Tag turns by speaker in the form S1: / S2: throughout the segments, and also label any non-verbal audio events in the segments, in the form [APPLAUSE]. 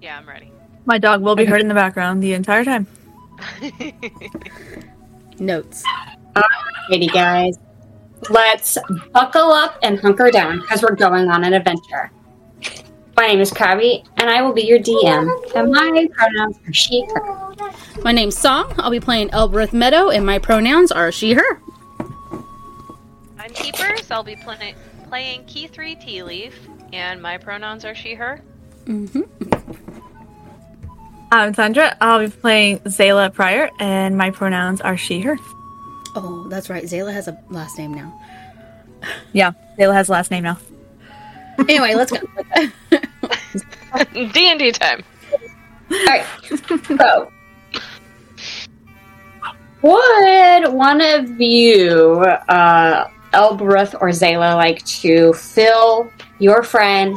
S1: Yeah, I'm ready.
S2: My dog will be heard in the background the entire time.
S3: Notes.
S4: Alrighty, guys. Let's buckle up and hunker down because we're going on an adventure. My name is Krabby, and I will be your DM. And my pronouns are she, her.
S3: My name's Song. I'll be playing Elbreth Meadow, and my pronouns are she, her.
S1: I'm Keepers. I'll be play- playing Key 3 Tea Leaf, and my pronouns are she, her. [LAUGHS]
S3: Mm-hmm.
S2: I'm Um, Sandra. I'll be playing Zayla Pryor, and my pronouns are she, her.
S3: Oh, that's right. Zayla has a last name now.
S2: Yeah, Zayla has a last name now.
S3: Anyway, let's go.
S1: D&D time.
S4: Alright, so. Would one of you, uh, Elbreth or Zayla, like to fill your friend?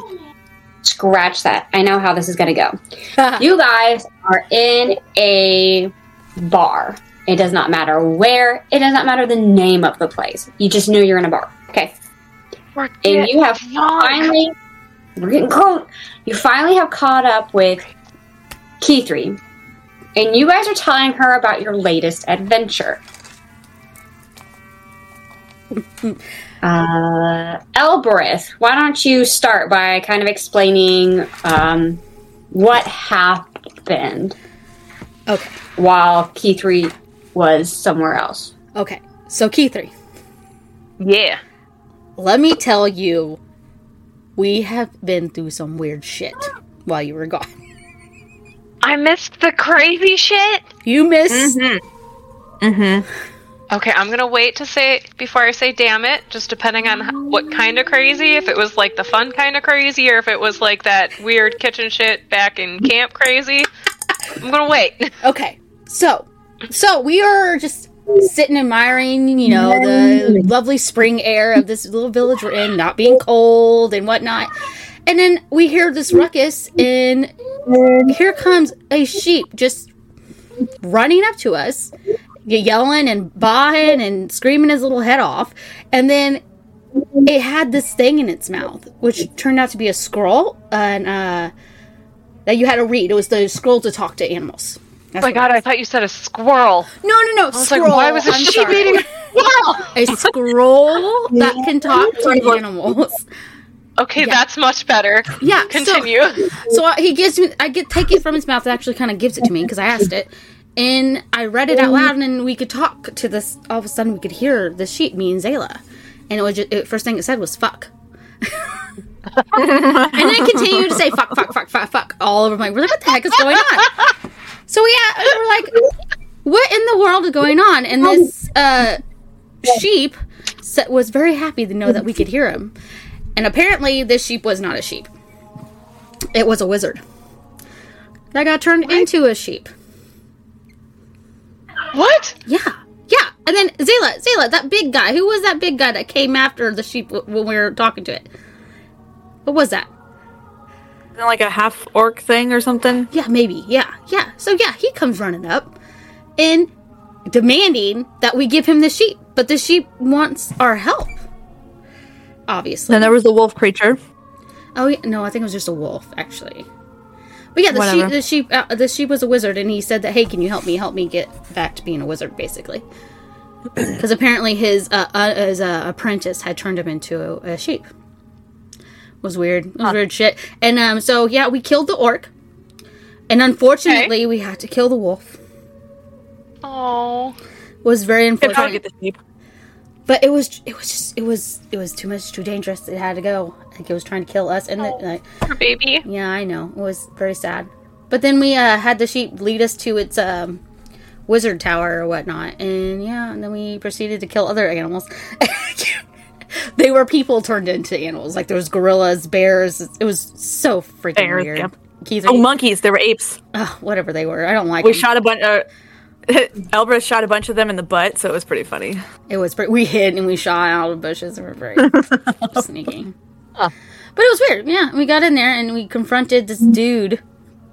S4: Scratch that. I know how this is going to go. You guys are in a bar. It does not matter where, it does not matter the name of the place. You just know you're in a bar. Okay.
S1: We're
S4: And you have
S1: drunk.
S4: finally we're getting close. You finally have caught up with Key Three. And you guys are telling her about your latest adventure. uh Elbereth, why don't you start by kind of explaining um, what happened
S3: okay.
S4: while Key Three was somewhere else?
S3: Okay. So, key three.
S1: Yeah.
S3: Let me tell you, we have been through some weird shit while you were gone.
S1: I missed the crazy shit.
S3: You missed.
S1: Okay, I'm gonna wait to say before I say damn it, just depending on h- what kind of crazy, if it was like the fun kind of crazy or if it was like that weird kitchen shit back in camp crazy. I'm gonna wait. [LAUGHS]
S3: Okay. So, so we are just sitting admiring, you know, the lovely spring air of this little village we're in, not being cold and whatnot. And then we hear this ruckus, and here comes a sheep just running up to us, yelling and baaing and screaming his little head off. And then it had this thing in its mouth, which turned out to be a scroll, and uh, that you had to read. It was the scroll to talk to animals.
S1: Oh my god, I thought you said a squirrel.
S3: No, no, no.
S1: I was
S3: scroll.
S1: like, why was a
S3: I'm
S1: sheep [LAUGHS]
S3: sorry. [LAUGHS]
S1: eating a squirrel?
S3: a scroll that can talk to animals?
S1: Okay, that's much better.
S3: Yeah.
S1: Continue.
S3: So, [LAUGHS] so I- he gives me. I get take it from his mouth. and actually kind of gives it to me because I asked it, and I read it out loud, and then we could talk to this. All of a sudden, we could hear the sheep, me and Zayla, and it was just, it, first thing it said was "fuck." [LAUGHS] and then it continued to say fuck, fuck, fuck, fuck, fuck all over my. We're like, what the heck is going on? So we, uh, we were like, what in the world is going on? And this uh, sheep sa- was very happy to know that we could hear him. And apparently, this sheep was not a sheep. It was a wizard that got turned into a sheep.
S1: what?
S3: Yeah, yeah. And then Zayla, Zayla, that big guy. Who was that big guy that came after the sheep w- when we were talking to it? What was that?
S2: Isn't it like a half orc thing or something?
S3: Yeah, maybe. Yeah, yeah. So yeah, he comes running up and demanding that we give him the sheep, but the sheep wants our help. Obviously.
S2: Then there was the wolf creature.
S3: Oh yeah, no, I think it was just a wolf actually. But yeah, the
S2: Whatever.
S3: sheep, the sheep, uh, the sheep was a wizard, and he said that, "Hey, can you help me? Help me get back to being a wizard, basically." [CLEARS THROAT] Because apparently his uh, uh, his uh, apprentice had turned him into a, a sheep. Was weird. It was weird shit. And um, so yeah, we killed the orc, and unfortunately we had to kill the wolf.
S1: Oh.
S3: Was very
S2: They're trying
S3: unfortunate.
S2: to get the sheep.
S3: but it was it was just it was it was too much, too dangerous. It had to go. Like it was trying to kill us, and the, like
S1: Poor baby.
S3: Yeah, I know. It was very sad. But then we uh, had the sheep lead us to its um, wizard tower or whatnot. And yeah, and then we proceeded to kill other animals. [LAUGHS] they were people turned into animals. Like there was gorillas, bears. It was so freaking
S2: Bears,
S3: weird.
S2: yeah.
S3: Keith,
S2: Oh, monkeys. There were apes.
S3: ugh, whatever they were. I don't like
S2: We
S3: them.
S2: shot a bunch. Uh, [LAUGHS] Elbra shot a bunch of them in the butt, so it was pretty funny.
S3: It was pretty. We hid and we shot out of bushes. We were very
S2: [LAUGHS]
S3: sneaky.
S2: Ah.
S3: But it was weird. Yeah, we got in there and we confronted this dude,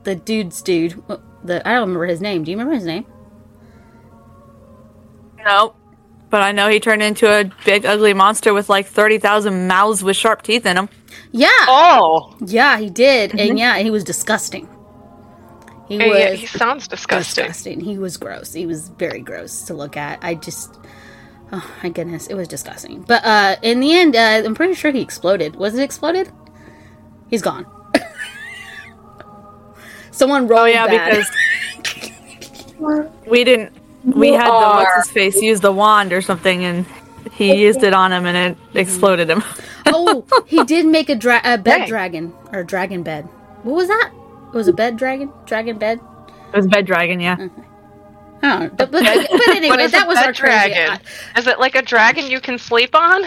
S3: the dude's dude. What- The I don't remember his name. Do you remember his name?
S2: No, but I know he turned into a big, ugly monster with like thirty thousand mouths with sharp teeth in him.
S3: Yeah,
S1: Oh.
S3: yeah, he did, and yeah, he was disgusting. He
S1: Yeah, yeah,
S3: was
S1: he sounds disgusting.
S3: disgusting. He was gross. He was very gross to look at. I just, oh my goodness, it was disgusting. But uh, in the end, uh, I'm pretty sure he exploded. Was it exploded? He's gone. [LAUGHS] Someone rolled.
S2: Oh yeah,
S3: bad.
S2: because [LAUGHS] we didn't. We
S4: You
S2: had the
S4: are-
S2: what's his face use the wand or something, and he used it on him, and it exploded him.
S3: [LAUGHS]
S2: [LAUGHS]
S3: oh, he did make a, dra- a bed
S1: Dang.
S3: dragon or a dragon bed. What was that? It was a bed dragon, dragon bed.
S2: it was bed dragon, yeah.
S3: I don't know. But, but, but anyway,
S1: What is
S3: that
S1: a
S3: was
S1: bed
S3: our crazy- uh,
S1: dragon? Is it like a dragon you can sleep on?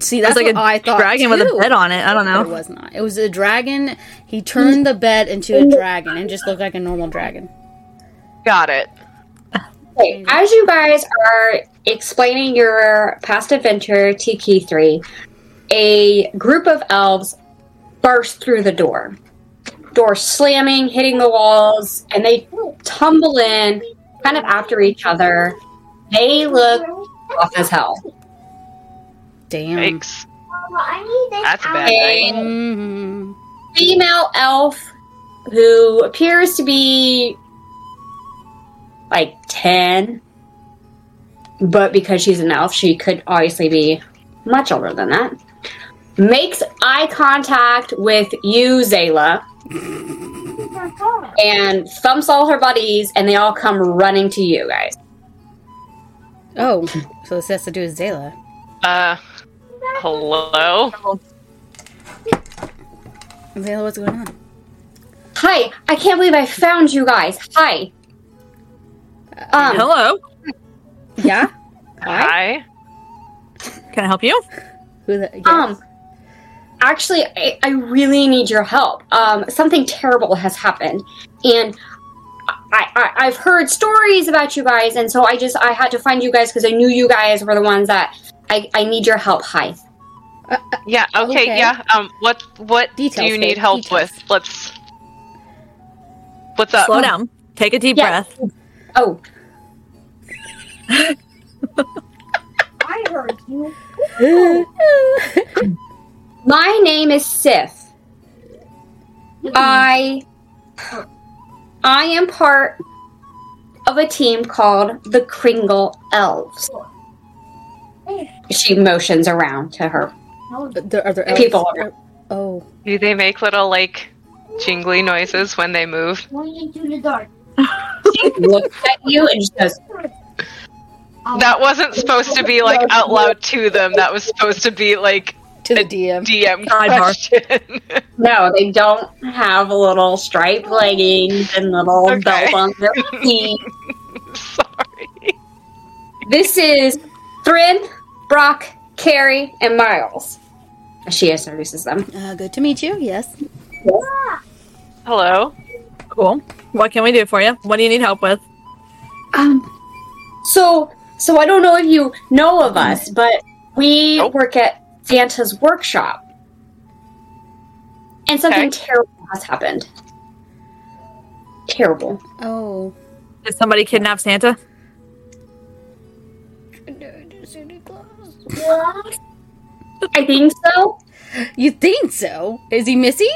S3: See,
S2: It was
S3: that's
S2: like a
S3: what I thought.
S2: dragon with
S3: too.
S2: a bed on it. I don't
S3: But It
S2: know.
S3: was not. It was a dragon. He turned the bed into a dragon and just looked like a normal dragon.
S1: Got it.
S4: Okay, as you guys are explaining your past adventure to Key 3, a group of elves burst through the door. Door slamming, hitting the walls, and they tumble in kind of after each other. They look off as hell.
S3: Damn.
S1: Yikes. That's
S5: That's
S1: a bad
S4: A
S1: thing.
S3: hmm
S4: female elf who appears to be like 10 but because she's an elf she could obviously be much older than that makes eye contact with you zayla and thumps all her buddies and they all come running to you guys
S3: Oh, so this has to do with Zayla.
S1: Uh, hello.
S3: Zayla, what's going on?
S4: hi i can't believe i found you guys hi um,
S2: Hello,
S3: Yeah. Hi.
S1: Hi.
S2: can I help you?
S3: Who the? Yes.
S4: Um, actually, I, I really need your help. Um, something terrible has happened, and I, I I've heard stories about you guys, and so I just I had to find you guys because I knew you guys were the ones that I I need your help. Hi.
S1: Yeah. Okay,
S3: Okay.
S1: Yeah. Um. What What
S3: Details,
S1: do you need
S3: babe,
S1: help
S3: details.
S1: with? Let's. What's up?
S2: Slow down. Uh, Take a deep
S4: Yeah.
S2: breath.
S4: Oh,
S5: I heard you.
S4: [LAUGHS] my name is Sif.
S5: Mm-hmm.
S4: I I am part of a team called the Kringle Elves. She motions around to her
S3: But there, are there elves?
S4: people.
S3: Oh,
S1: Do they make little like jingly noises when they move?
S5: Going into the dark.
S4: looks at you and just goes,
S1: That wasn't supposed to be like out loud to them. That was supposed to be like
S3: to the
S2: Uh,
S1: [LAUGHS]
S3: DM.
S1: DM
S2: Sidebar.
S1: question.
S4: No, they don't have little striped leggings and little
S1: Okay.
S4: belt on their feet.
S1: [LAUGHS] Sorry.
S4: this is Thryn, Brock, Carrie, and Miles. She introduces them.
S3: Uh, good to meet you. Yes.
S1: Hello.
S2: Cool. What can we do for you? What do you need help with?
S4: Um, so, so I don't know if you know of us, but we
S1: Nope.
S4: work at Santa's workshop, and something
S1: Okay.
S4: terrible has happened. Terrible.
S3: Oh.
S2: Did somebody kidnap Santa?
S4: I think so.
S3: You think so? Is he missing?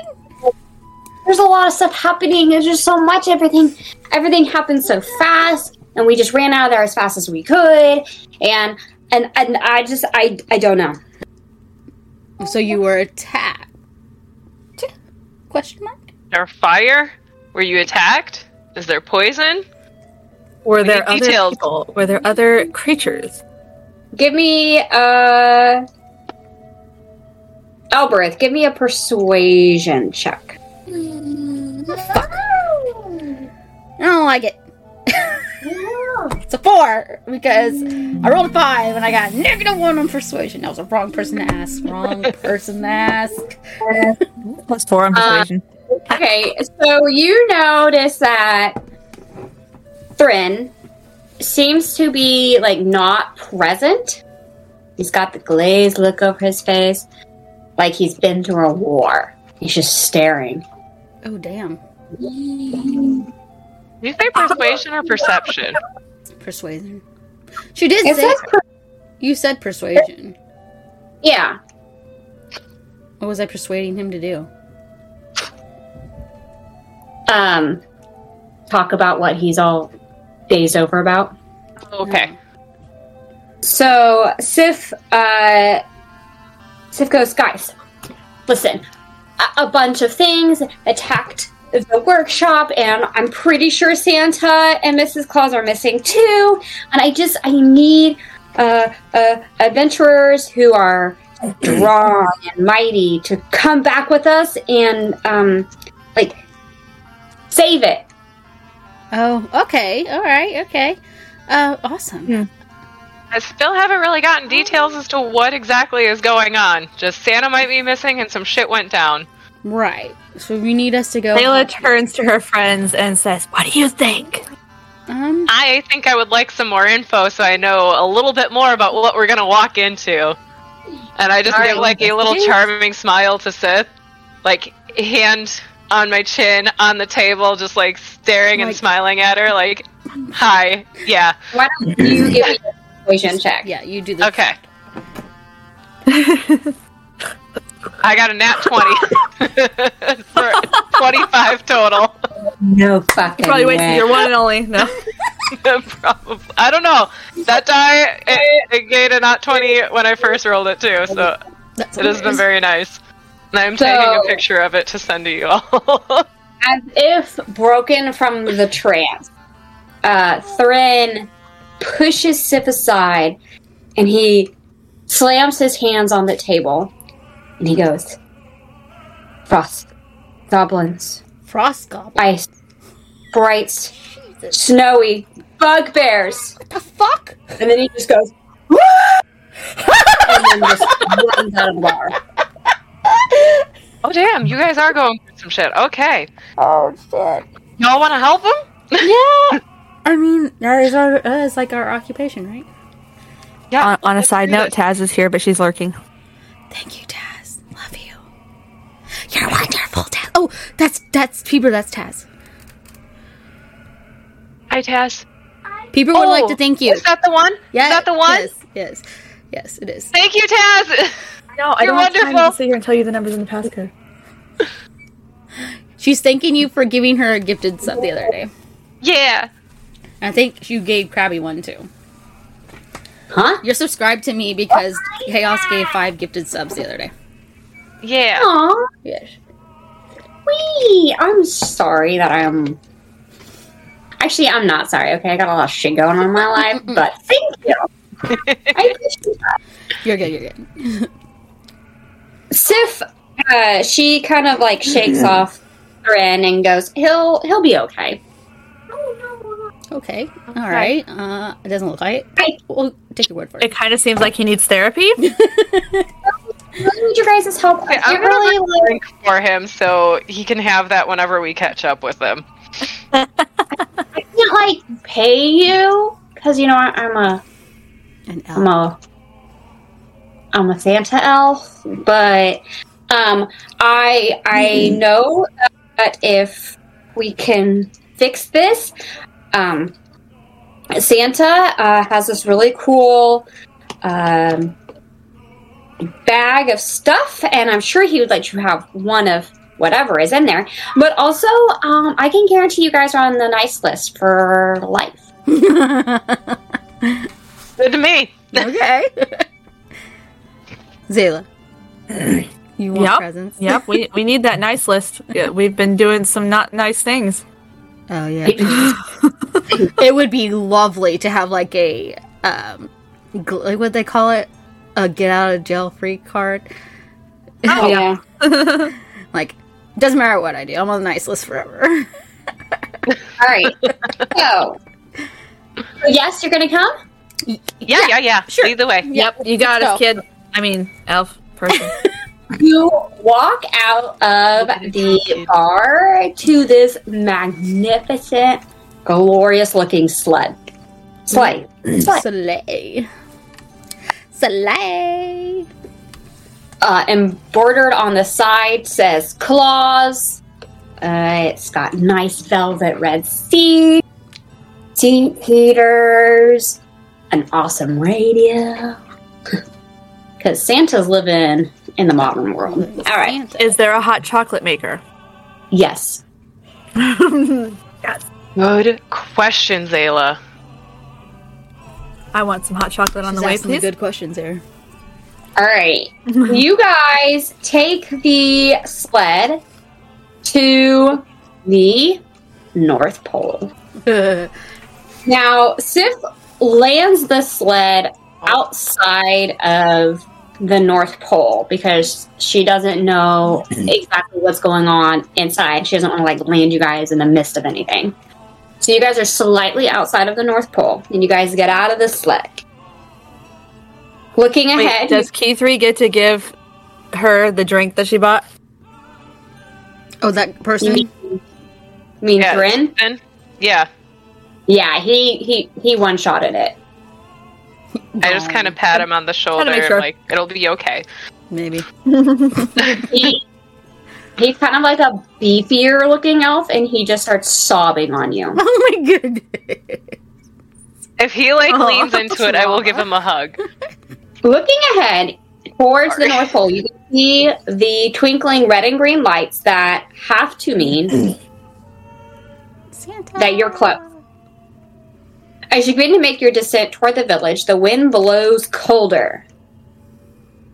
S4: there's a lot of stuff happening. There's just so much. Everything, everything happened so fast, and we just ran out of there as fast as we could. And and and I just I I don't know.
S3: So you were attacked? Question mark.
S1: There fire? Were you attacked? Is there poison?
S2: Were
S1: We need
S2: there other
S1: details.
S2: people? Were there other creatures?
S4: Give me uh, Elbereth. Give me a persuasion check.
S3: I don't like it. It's a four because I rolled a five and I got negative one on persuasion. That was the wrong person to ask. Wrong person to ask.
S2: Plus four on persuasion.
S4: Okay, so you notice that Thryn seems to be like not present. He's got the glazed look over his face, like he's been through a war. He's just staring.
S3: Oh damn.
S1: Did you say persuasion or perception?
S3: Persuasion. She did
S4: It
S3: say
S4: says, per-
S3: you said persuasion.
S4: yeah,
S3: What was I persuading him to do?
S4: um, talk about what he's all dazed over about.
S1: Okay.
S4: So Sif, uh, Sif goes, guys, listen, a, a bunch of things attacked the workshop, and I'm pretty sure Santa and Mrs. Claus are missing too. And I just, I need uh, uh, adventurers who are [CLEARS THROAT] strong and mighty to come back with us and um, like save it.
S3: Oh, okay. All right. Okay. Uh, awesome.
S1: I still haven't really gotten details as to what exactly is going on. Just Santa might be missing and some shit went down.
S3: Right. So you need us to go.
S2: Layla turns to her friends and says, What do you think?
S3: Um.
S1: I think I would like some more info so I know a little bit more about what we're gonna walk into. And I just
S4: All
S1: give
S4: right,
S1: like a little
S4: investigate.
S1: charming smile to Sith, like hand on my chin on the table, just like staring and
S3: Like-
S1: smiling at her, like, "Hi, yeah,
S4: Why don't you give me a persuasion check?
S3: Yeah, you do the.
S1: okay." I got a nat twenty [LAUGHS] for twenty-five total. [LAUGHS]
S4: No fucking
S2: Probably
S4: way.
S2: wasted your one and only. No.
S1: Probably. I don't know. That die it, it gave a not twenty when I first rolled it too, so
S3: That's
S1: it has been
S3: hilarious.
S1: very nice. And I'm
S4: So-
S1: taking a picture of it to send to you all. [LAUGHS]
S4: as if broken from the trance, uh, Thren pushes Sif aside and he slams his hands on the table and he goes, Frost, goblins,
S3: Frost goblin.
S4: ice, sprites, snowy, bugbears.
S3: What the fuck?
S4: And then he just goes, [LAUGHS] and then just runs out of the bar.
S1: oh damn, you guys are going through some shit. Okay. Oh shit. Y'all want to help him?
S3: I mean, that is our that is like our occupation, right?
S1: Yeah.
S2: [LAUGHS]
S3: Uh,
S2: on, on a side note, Taz is here, but she's lurking.
S3: Thank you, Taz. Love you. You're wonderful, Taz. Oh, that's that's Peeber. That's Taz.
S1: Hi, Taz. Oh,
S3: Peeber would like to thank you.
S1: Is that the one? Is that the one?
S3: Yes, yes, yes, it is.
S1: Thank you, Taz. [LAUGHS]
S2: No, I
S1: You're don't have time to wonderful.
S2: sit here and tell you the numbers in the passcode.
S3: She's thanking you for giving her a gifted sub the other day.
S1: yeah.
S3: I think you gave Krabby one too.
S4: Huh?
S3: You're subscribed to me because Chaos gave five gifted subs the other day.
S1: Yeah.
S4: Aw,
S3: Yes.
S4: Wee! I'm sorry that I'm. Actually, I'm not sorry. Okay, I got a lot of shit going on in
S1: [LAUGHS]
S4: my life, but thank you. I appreciate that.
S3: You're good, you're good.
S4: Sif, uh, she kind of like shakes off Ren and goes, "He'll he'll be okay."
S3: Okay. All right. Uh it doesn't look like
S4: I
S3: it. We'll take your word for it.
S2: It kind of seems like he needs
S3: [LAUGHS]
S2: therapy.
S4: really need your guys' help.
S1: Okay,
S4: I
S1: I'm
S4: really
S1: really
S4: like,
S1: drink for him so he can have that whenever we catch up with him.
S4: I can't like pay you because you know I, I'm a
S3: An
S4: I'm
S3: L.
S4: a I'm a Santa elf, but um, I I know that if we can fix this, um, Santa uh, has this really cool um, bag of stuff, and I'm sure he would let you have one of whatever is in there. But also, um, I can guarantee you guys are on the nice list for life.
S1: Good to me. [LAUGHS]
S3: [LAUGHS] okay. Zayla. [CLEARS THROAT] You want
S2: Yep.
S3: presents?
S2: yep, we, we need that nice list. Yeah, We've been doing some not nice things.
S3: Oh yeah. [LAUGHS] it would be lovely to have like a um gl- like what they call it? A get out of jail free card.
S4: [LAUGHS] yeah.
S3: Like doesn't matter what I do, I'm on the nice list forever.
S4: All right. So, yes, you're going to come?
S1: Yeah, yeah, yeah.
S3: sure.
S1: Lead the way.
S3: Yep, [LAUGHS]
S2: you got
S3: let's
S2: us, kid. I mean, elf
S3: [LAUGHS]
S2: person.
S4: You walk out of the bar to this magnificent, glorious looking sled. Sleigh. Sleigh.
S3: Slay. Slay.
S4: Uh, embroidered on the side says claws. Uh, it's got nice velvet red seat, seat heaters, an awesome radio. [LAUGHS] Because Santa's living in the modern world. All right.
S3: Santa.
S2: Is there a hot chocolate maker?
S4: Yes.
S1: Good question, Zayla.
S2: I want some hot chocolate on
S3: She's
S2: the way,
S3: asking the
S2: please.
S3: good questions [LAUGHS] there.
S2: [LAUGHS]
S4: All right. you guys take the sled to the North Pole.
S3: Oh,
S4: Now, Sif lands the sled outside of the North Pole because she
S2: [CLEARS THROAT]
S4: doesn't know exactly what's going on inside. She doesn't want to like land you guys in the midst of anything. So you guys are slightly outside of the North Pole, and you guys get out of the sled. Looking
S2: Wait,
S3: [LAUGHS]
S4: ahead,
S2: does Key three get to give her the drink that she bought?
S3: oh, that person.
S4: mean, mean
S1: Yeah.
S4: Grin?
S1: Ben? Yeah,
S4: Yeah, he he he one shotted it.
S1: I just kind of pat him on the shoulder.
S2: make
S1: and,
S2: sure.
S1: Like it'll be okay.
S3: Maybe.
S4: He he's kind of like a beefier looking elf, and he just starts sobbing on you.
S3: Oh my goodness.
S1: If he like
S2: Aw.
S1: leans into it, I will give him a hug.
S4: Looking ahead towards
S1: Sorry.
S4: the North Pole, you can see the twinkling red and green lights that have to mean
S3: Santa.
S4: that you're close. As you begin to make your descent toward the village, the wind blows colder,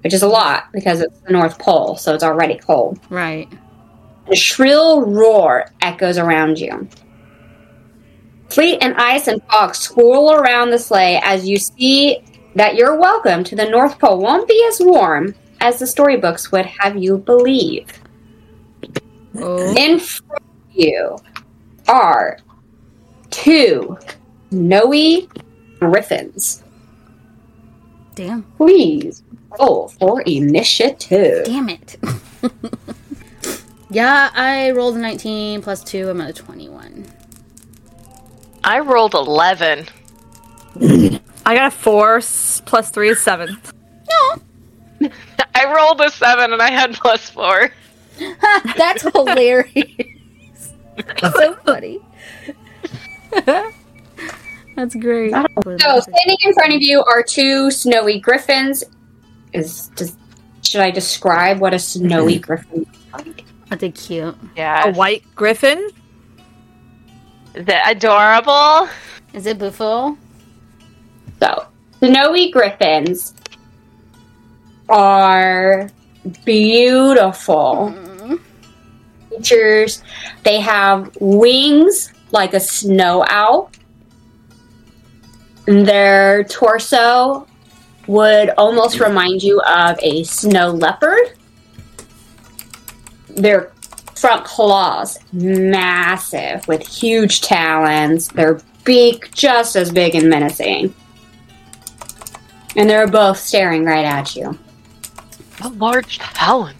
S4: which is a lot because it's the North Pole, so it's already cold.
S3: Right.
S4: A shrill roar echoes around you. Fleet and ice and fog swirl around the sleigh as you see that your welcome to the North Pole won't be as warm as the storybooks would have you believe.
S3: Oh.
S4: In front of you are two snowy griffins.
S3: Damn.
S4: Please roll for initiative.
S3: Damn it. [LAUGHS] yeah, I rolled a 19 plus 2. I'm at a 21.
S1: [LAUGHS] I rolled eleven.
S2: I got a four s- plus three is seven.
S1: I rolled a seven and I had plus four.
S3: [LAUGHS] That's [LAUGHS] hilarious. so funny. That's great.
S4: So standing in front of you are two snowy griffins. Is does, should I describe what a snowy griffin? is?
S3: Aren't they cute?
S1: Yeah,
S2: A white griffin?
S1: the adorable.
S3: Is it Buffalo?
S4: So snowy griffins are beautiful creatures. They have wings like a snow owl. Their torso would almost remind you of a snow leopard. Their front claws, massive, with huge talons. Their beak, just as big and menacing. And they're both staring right at you.
S1: A large talons.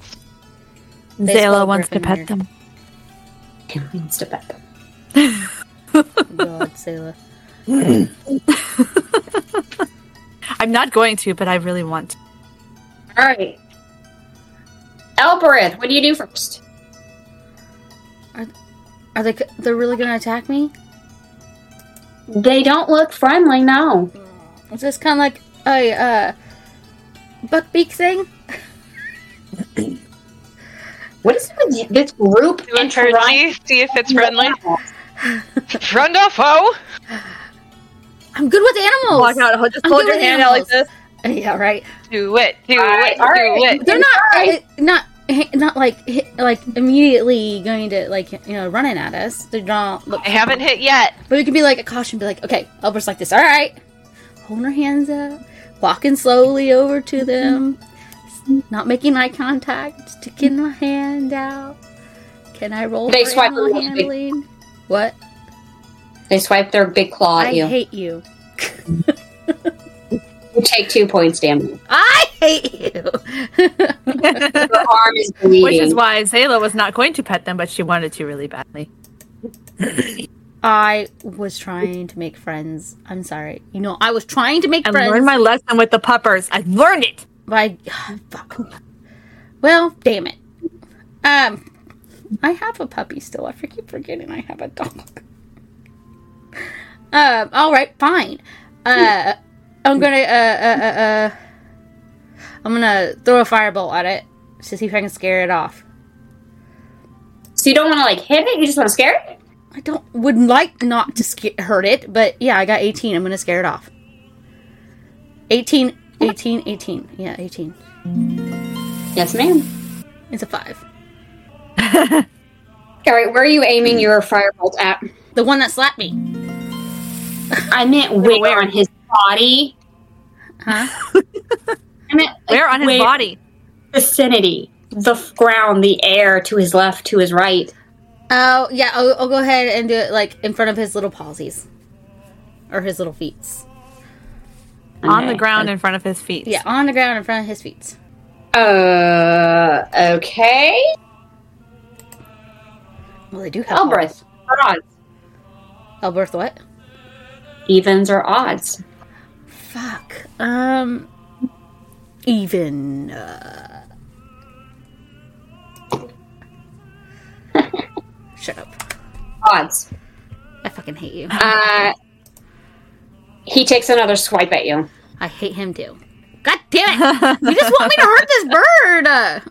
S3: They spell
S2: Zayla wants to
S3: griffin
S2: pet
S3: here.
S2: them.
S4: Who needs to pet them?
S3: God, Selah.
S2: I'm not going to, but I really want to.
S4: All right. Elbereth, what do you do first?
S3: Are they? c- They're really gonna attack me?
S4: They don't look friendly, no.
S3: Is this kind of like a uh, buckbeak thing?
S4: What is it with you- this group
S1: Doing
S4: and trying
S1: curtsy, see if it's [LAUGHS] friendly.
S4: animals?
S1: Friend or foe?
S3: I'm good with animals.
S2: Walk out, hold- just
S3: I'm
S2: hold
S3: good
S2: your
S3: with
S2: hand out like
S3: animals.
S2: this.
S3: [LAUGHS] Yeah, right.
S1: Do it, do
S4: Alright,
S1: it, do
S4: alright.
S1: it.
S3: They're not
S4: Inside.
S3: uh, not hi- not like hi- like immediately going to like you know running at us. They're not. Look,
S1: I haven't hit yet.
S3: But it could be like a caution, be like, okay, Elbert's like this, all right. Holding her hands up, walking slowly over to
S4: Mm-hmm.
S3: them, not making eye contact, sticking my hand out. Can I roll
S4: They
S3: for
S4: swipe
S3: animal
S4: away.
S3: handling? What?
S4: They swipe their big claw
S3: I
S4: at you.
S3: hate you.
S4: You take two points [LAUGHS] damage.
S3: I hate you.
S4: Your arm is
S2: Which is
S4: bleeding.
S2: why Zayla was not going to pet them, but she wanted to really badly.
S3: [LAUGHS] I was trying to make friends. I'm sorry. You know, I was trying to make
S2: I
S3: friends.
S2: learned my lesson with the puppers. I learned it.
S3: by [SIGHS] fuck. Well, damn it. Um, I have a puppy still. I for- keep forgetting I have a dog. Um. All right. Fine. Uh, I'm gonna uh uh uh. uh I'm gonna throw a fireball at it to see if I can scare it off.
S4: So you don't want to like hit it, you just want to scare it?
S3: I don't would like not to sca- hurt it, but yeah, I got 18. I'm going to scare it off. 18, 18, 18. Yeah, 18.
S4: Yes, ma'am.
S3: It's a 5.
S4: All right, where are you aiming your firebolt at?
S3: The one that slapped me.
S4: I meant where, on his body.
S3: Huh?
S4: I meant like,
S2: Where on his
S4: where-
S2: body?
S4: Vicinity, the f- ground, the air, to his left, to his right.
S3: Oh, yeah, I'll, I'll go ahead and do it like in front of his little palsies or his little feet.
S2: On the
S4: Okay.
S2: ground in front of his feet.
S3: Yeah, on the ground in front of his feet.
S4: Uh, okay.
S3: Well, they do have
S4: Elbreth, or odds.
S3: Elberth, what?
S4: Evens or odds?
S3: Fuck. Um, even. Uh... Shut up.
S4: Odds.
S3: I fucking hate you.
S4: Uh, he takes another swipe at you.
S3: I hate him too. God damn it! You just want me to hurt this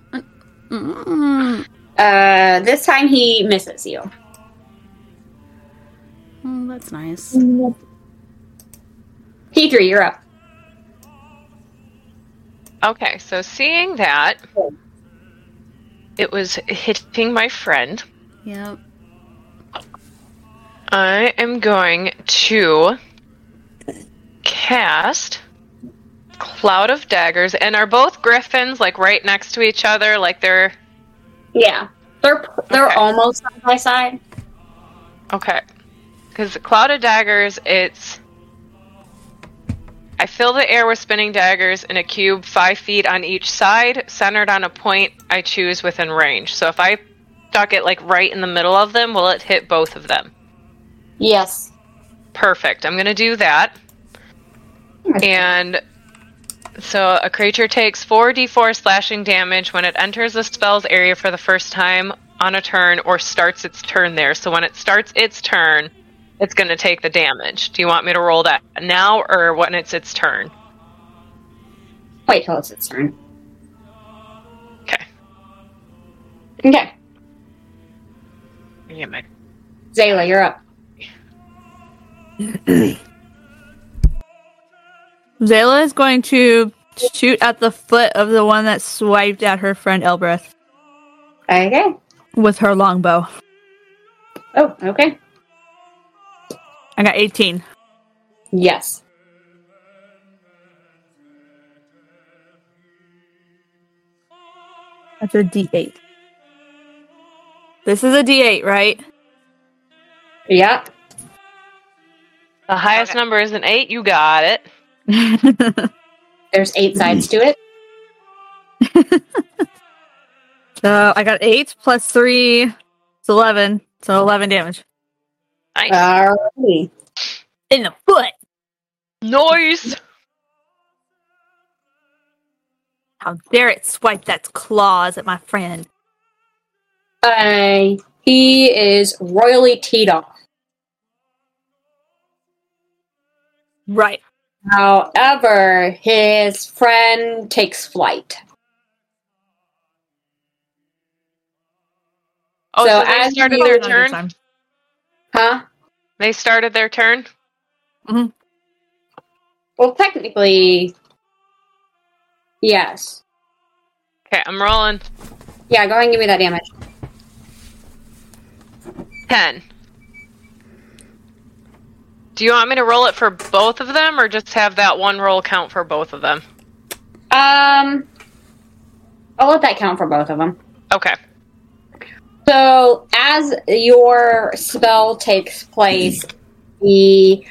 S3: bird! Uh, mm,
S4: Uh, this time he misses you.
S3: mm, that's nice.
S4: P3, you're up.
S1: Okay, so seeing that, it was hitting my friend.
S3: Yep. [LAUGHS]
S1: I am going to cast Cloud of Daggers, and are both griffins like right next to each other? Like they're
S4: Yeah, they're they're
S1: Okay.
S4: almost side by side.
S1: okay. Because Cloud of Daggers, it's I fill the air with spinning daggers in a cube five feet on each side, centered on a point I choose within range. So if I stuck it like right in the middle of them, will it hit both of them?
S4: Yes.
S1: Perfect. I'm going to do that. And so a creature takes 4d4 slashing damage when it enters the spell's area for the first time on a turn or starts its turn there. So when it starts its turn, it's going to take the damage. Do you want me to roll that now or when it's its turn?
S4: Wait till it's its turn.
S1: Okay.
S4: Okay,
S1: Yeah, my-
S4: Zayla, you're up.
S2: Zayla is going to shoot at the foot of the one that swiped at her friend Elbreth
S4: Okay.
S2: with her longbow.
S4: Oh, okay.
S2: I got 18.
S4: Yes.
S2: That's a D8. This is a D8, [LAUGHS] right?
S4: Yep.
S1: The highest
S4: Okay.
S1: number is an 8. You got it.
S4: There's eight sides to it.
S2: So I got 8 plus 3. It's 11. So 11 damage.
S1: Nice.
S4: Alrighty.
S2: In the foot!
S4: Uh,
S1: nice.
S2: How dare it swipe that claws at my friend?
S4: Uh, he is royally teed off.
S2: Right.
S4: However, his friend takes flight.
S1: Oh,
S4: So
S1: so, they
S4: as
S1: started
S4: you-
S1: their turn?
S4: Huh?
S1: They started their turn?
S4: Well, technically, yes.
S1: Okay, I'm rolling
S4: Yeah, go ahead and give me that damage.
S1: 10. Do you want me to roll it for both of them or just have that one roll count for both of them?
S4: Um, I'll let that count for both of them.
S1: Okay.
S4: So, as your spell takes place, the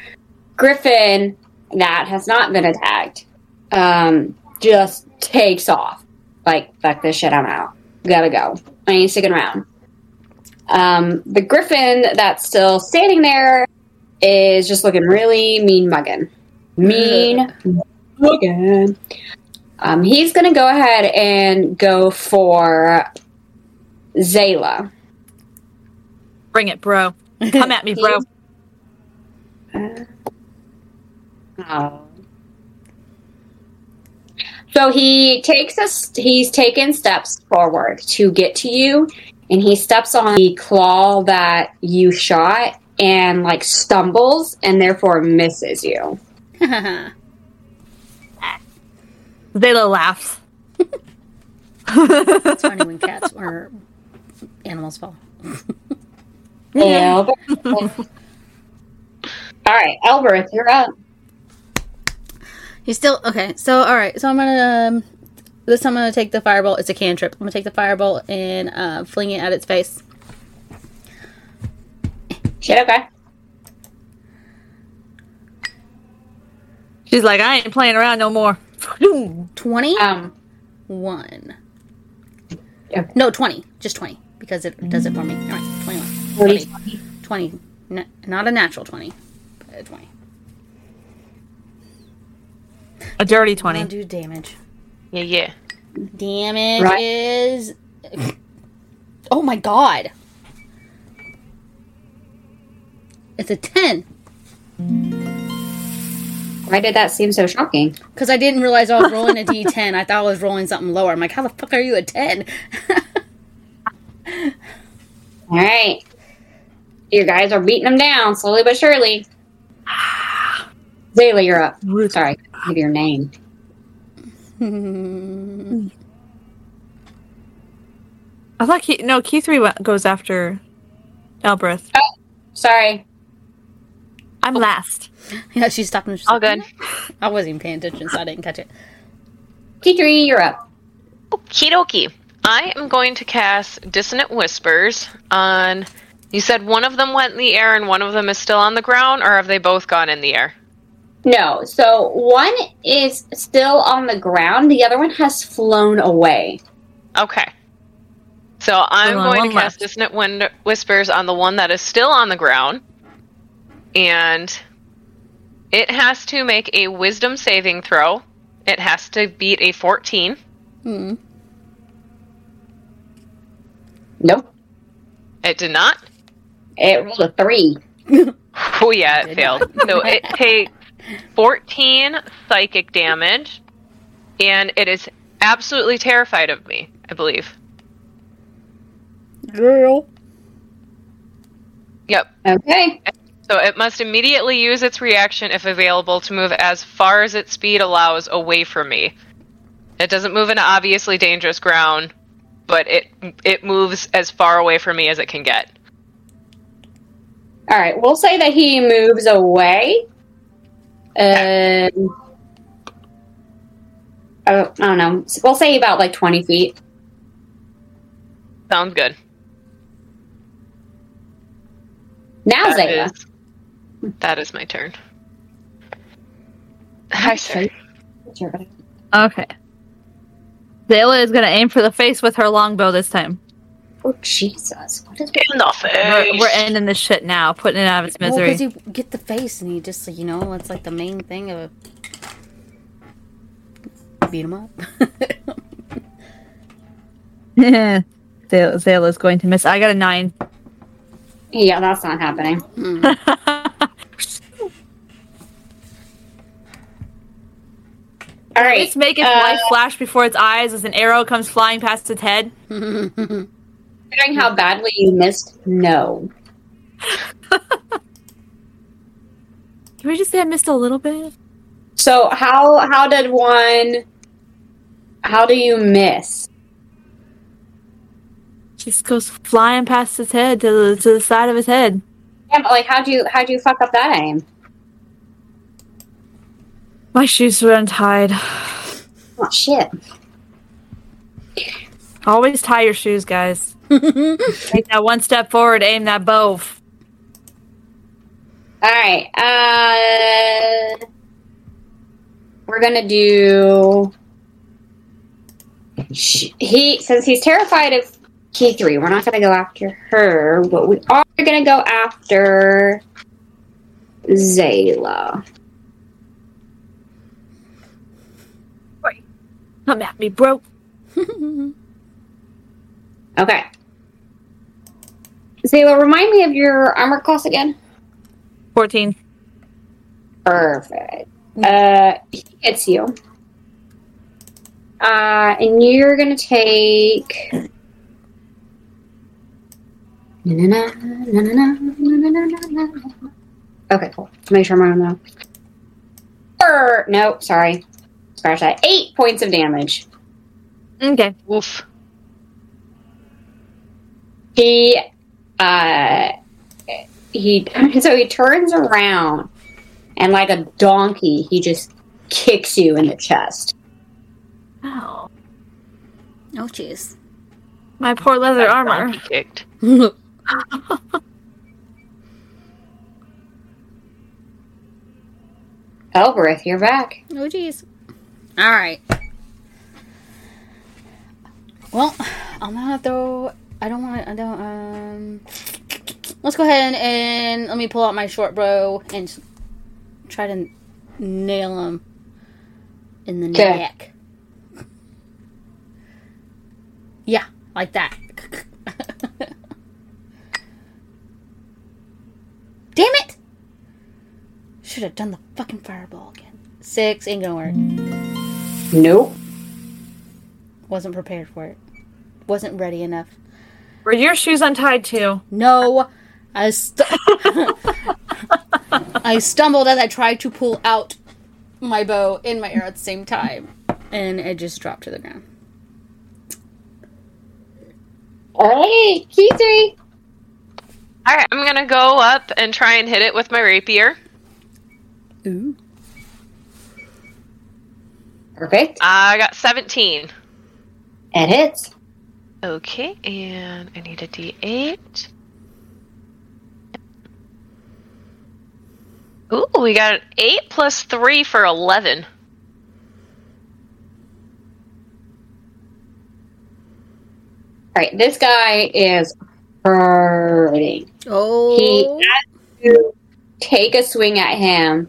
S4: griffin that has not been attacked um, just takes off. Like, fuck this shit, I'm out. Gotta go. I ain't sticking around. Um, the griffin that's still standing there is just looking really mean muggin. Mean muggin. Um, he's gonna go ahead and go for Zayla.
S2: Bring it, [LAUGHS] bro. Come at me, bro.
S4: Oh. So he takes us. He's taken steps forward to get to you, and he steps on the claw that you shot and like stumbles and therefore misses you.
S2: Zayla laughs.
S3: it's funny when cats [LAUGHS] or animals fall.
S4: Albert. [LAUGHS] All right, Albert, you're up.
S3: You still okay? So all right. So I'm gonna um, this time I'm gonna take the fireball. It's a cantrip. I'm gonna take the fireball and uh, fling it at its face.
S4: Shit, okay.
S2: She's like, I ain't playing around no [LAUGHS] more.
S3: Twenty
S4: Um,
S3: one.
S4: Yeah.
S3: No, twenty. Just twenty because it does it for me. All right, twenty-one.
S4: what do you-
S3: 20. N- not a natural twenty. but a Twenty.
S2: A dirty
S3: I'll
S2: 20.
S3: do damage.
S1: Yeah, yeah.
S3: Damage
S4: Right.
S3: is. Oh my god. It's a 10.
S4: why did that seem so shocking?
S3: Because I didn't realize I was rolling a d10. I thought I was rolling something lower. I'm like, how the fuck are you a 10?
S4: All right. You guys are beating them down slowly but surely. [SIGHS] Zayla, you're up. Sorry, give your name.
S2: I thought Key, no, Key 3 went, goes after Elbreth.
S4: Sorry.
S2: I'm last.
S3: [LAUGHS] yeah, she stopped and she's
S1: All
S3: like,
S1: good.
S3: I wasn't even paying attention, so I didn't catch it.
S4: T3, you're up.
S1: Kidoki. I am going to cast Dissonant Whispers on. You said one of them went in the air and one of them is still on the ground, or have they both gone in the air?
S4: No, so one is still on the ground, the other one has flown away.
S1: Okay. So I'm
S2: Hold on,
S1: going
S2: one
S1: to cast
S2: left.
S1: Dissonant Wind- Whispers on the one that is still on the ground. And it has to make a wisdom saving throw. It has to beat a 14.
S3: Hmm.
S4: Nope.
S1: It did not.
S4: It rolled a three.
S1: Oh, yeah, it
S3: Did
S1: failed. So
S2: [LAUGHS]
S1: it takes 14 psychic damage. And it is absolutely terrified of me, I believe.
S3: Girl.
S1: Yep.
S4: Okay.
S1: So it must immediately use its reaction, if available, to move as far as its speed allows away from me. It doesn't move into obviously dangerous ground, but it it moves as far away from me as it can get.
S4: All right, we'll say that he moves away. Um, oh, I don't I don't know. We'll say about like 20 feet.
S1: Sounds good.
S4: Now,
S1: That
S4: Zayla.
S1: is, that is my turn. Hi, sir.
S2: Okay. Zayla is going to aim for the face with her longbow this time.
S4: Oh, Jesus. What is
S1: In the face.
S2: We're, we're ending this shit now, putting it out of its misery.
S3: Because you get the face and you just, you know, that's like the main thing of a. Beat him up. [LAUGHS]
S2: [LAUGHS] Zayla, Zayla's going to miss. I got a [LAUGHS] nine.
S4: Yeah, that's not happening. All right.
S2: Let's make its
S4: uh,
S2: life flash before its eyes as an arrow comes flying past its head.
S4: Considering how badly you missed, no.
S2: Can we just say I missed a little bit?
S4: So how how did one? How do you miss?
S2: Just goes flying past its head to the, to the side of its head.
S4: Yeah, but like how do you how do you fuck up that aim?
S2: My shoes were untied.
S4: Oh shit!
S2: Always tie your shoes, guys. Take that one step forward, aim that bow.
S4: All right. Uh, we're gonna do. Sh- He since he's terrified of key three, we're not gonna go after her, but we are gonna go after Zayla.
S2: Come at me, bro.
S4: Okay. Zayla, remind me of your armor class again.
S2: 14.
S4: Perfect. Uh, he hits you. Uh, and you're gonna take Na, na, na, na, na, na, na, na, na, na. Okay, cool. Make sure I'm on that. Er, no, sorry. Scratch that. Eight points of damage.
S2: Okay.
S1: Woof.
S4: He, uh, he, [LAUGHS] so he turns around and like a donkey, he just kicks you in the chest.
S2: Oh,
S3: Oh, [LAUGHS] jeez.
S2: my poor leather armor.
S1: Donkey kicked.
S3: Oh,
S4: Elbereth, you're back.
S3: Oh, jeez. All right. Well, I'm gonna throw. I don't want to. I don't. Um. Let's go ahead and let me pull out my short bow and s- try to nail him in the
S4: Okay.
S3: neck. Yeah, like that. [LAUGHS] Damn it! Should have done the fucking fireball again. Six ain't gonna work.
S4: Nope.
S3: Wasn't prepared for it. Wasn't ready enough.
S2: Were your shoes untied too?
S3: No, I stu- [LAUGHS] I stumbled as I tried to pull out my bow and my arrow at the same time, and it just dropped to the ground.
S4: All right, Keithy.
S1: All right, I'm gonna go up and try and hit it with my rapier.
S3: Ooh,
S4: Perfect.
S1: I got 17.
S4: It hits.
S1: Okay, and I need a D8. Ooh, we got an 8 plus 3 for 11.
S4: All right, this guy is hurting.
S3: oh,
S4: He has to take a swing at him.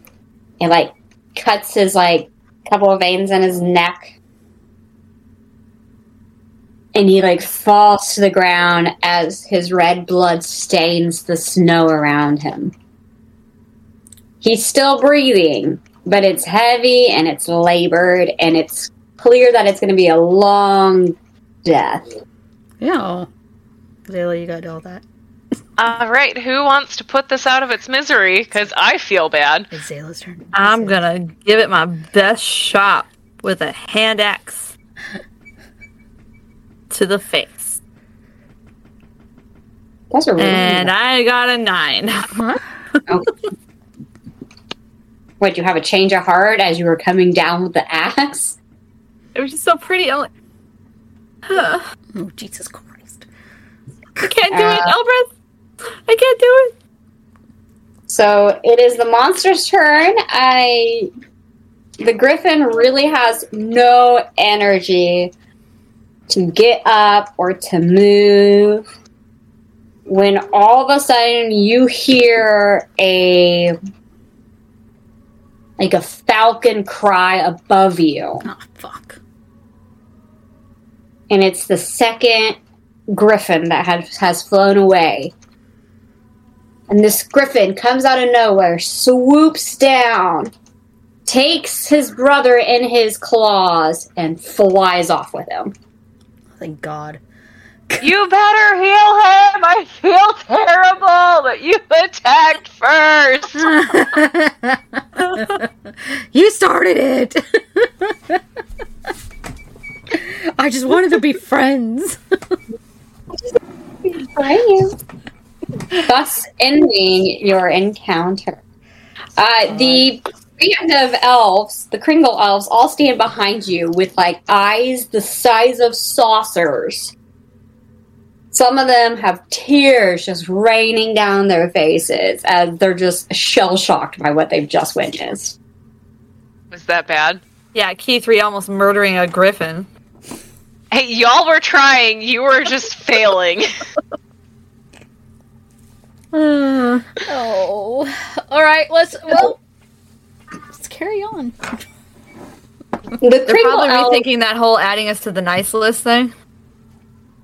S4: It like cuts his like couple of veins in his neck, and he like falls to the ground as his red blood stains the snow around him. He's still breathing, but it's heavy and it's labored, and it's clear that it's going to be a long death.
S3: yeah. Zayla, you gotta do all that.
S1: All right, who wants to put this out of its misery? Because I feel bad.
S3: It's Zayla's turn.
S2: I'm gonna give it my best shot with a hand axe to the face,
S4: That's a really
S2: and I got a nine. [LAUGHS]
S4: Oh. What, you have a change of heart as you were coming down with the axe?
S2: It was just so pretty. I'm like, huh,
S3: Oh, Jesus Christ.
S2: I can't do
S4: Uh.
S2: it, Elbreth. I can't do it.
S4: So it is the monster's turn. I. The griffin really has no energy to get up or to move. When all of a sudden you hear a. like a falcon cry above you.
S3: Oh, fuck.
S4: and it's the second griffin that has, has flown away. And this griffin comes out of nowhere, swoops down, takes his brother in his claws, and flies off with him.
S3: Thank God. [LAUGHS]
S1: You better heal him! I feel terrible that you attacked first!
S3: you started it. [LAUGHS] I just wanted to be friends.
S4: Thus ending your encounter. Uh, the band of elves, the Kringle elves, all stand behind you with like eyes the size of saucers. Some of them have tears just raining down their faces as they're just shell shocked by what they've just witnessed.
S1: Was that bad?
S2: Yeah, key three almost murdering a griffin.
S1: Hey, y'all were trying, you were just failing. [LAUGHS]
S2: Uh,
S3: Oh. All right, let's well let's carry on.
S4: The
S2: They're
S4: Kringle
S2: probably
S4: elves
S2: rethinking that whole adding us to the nice list thing.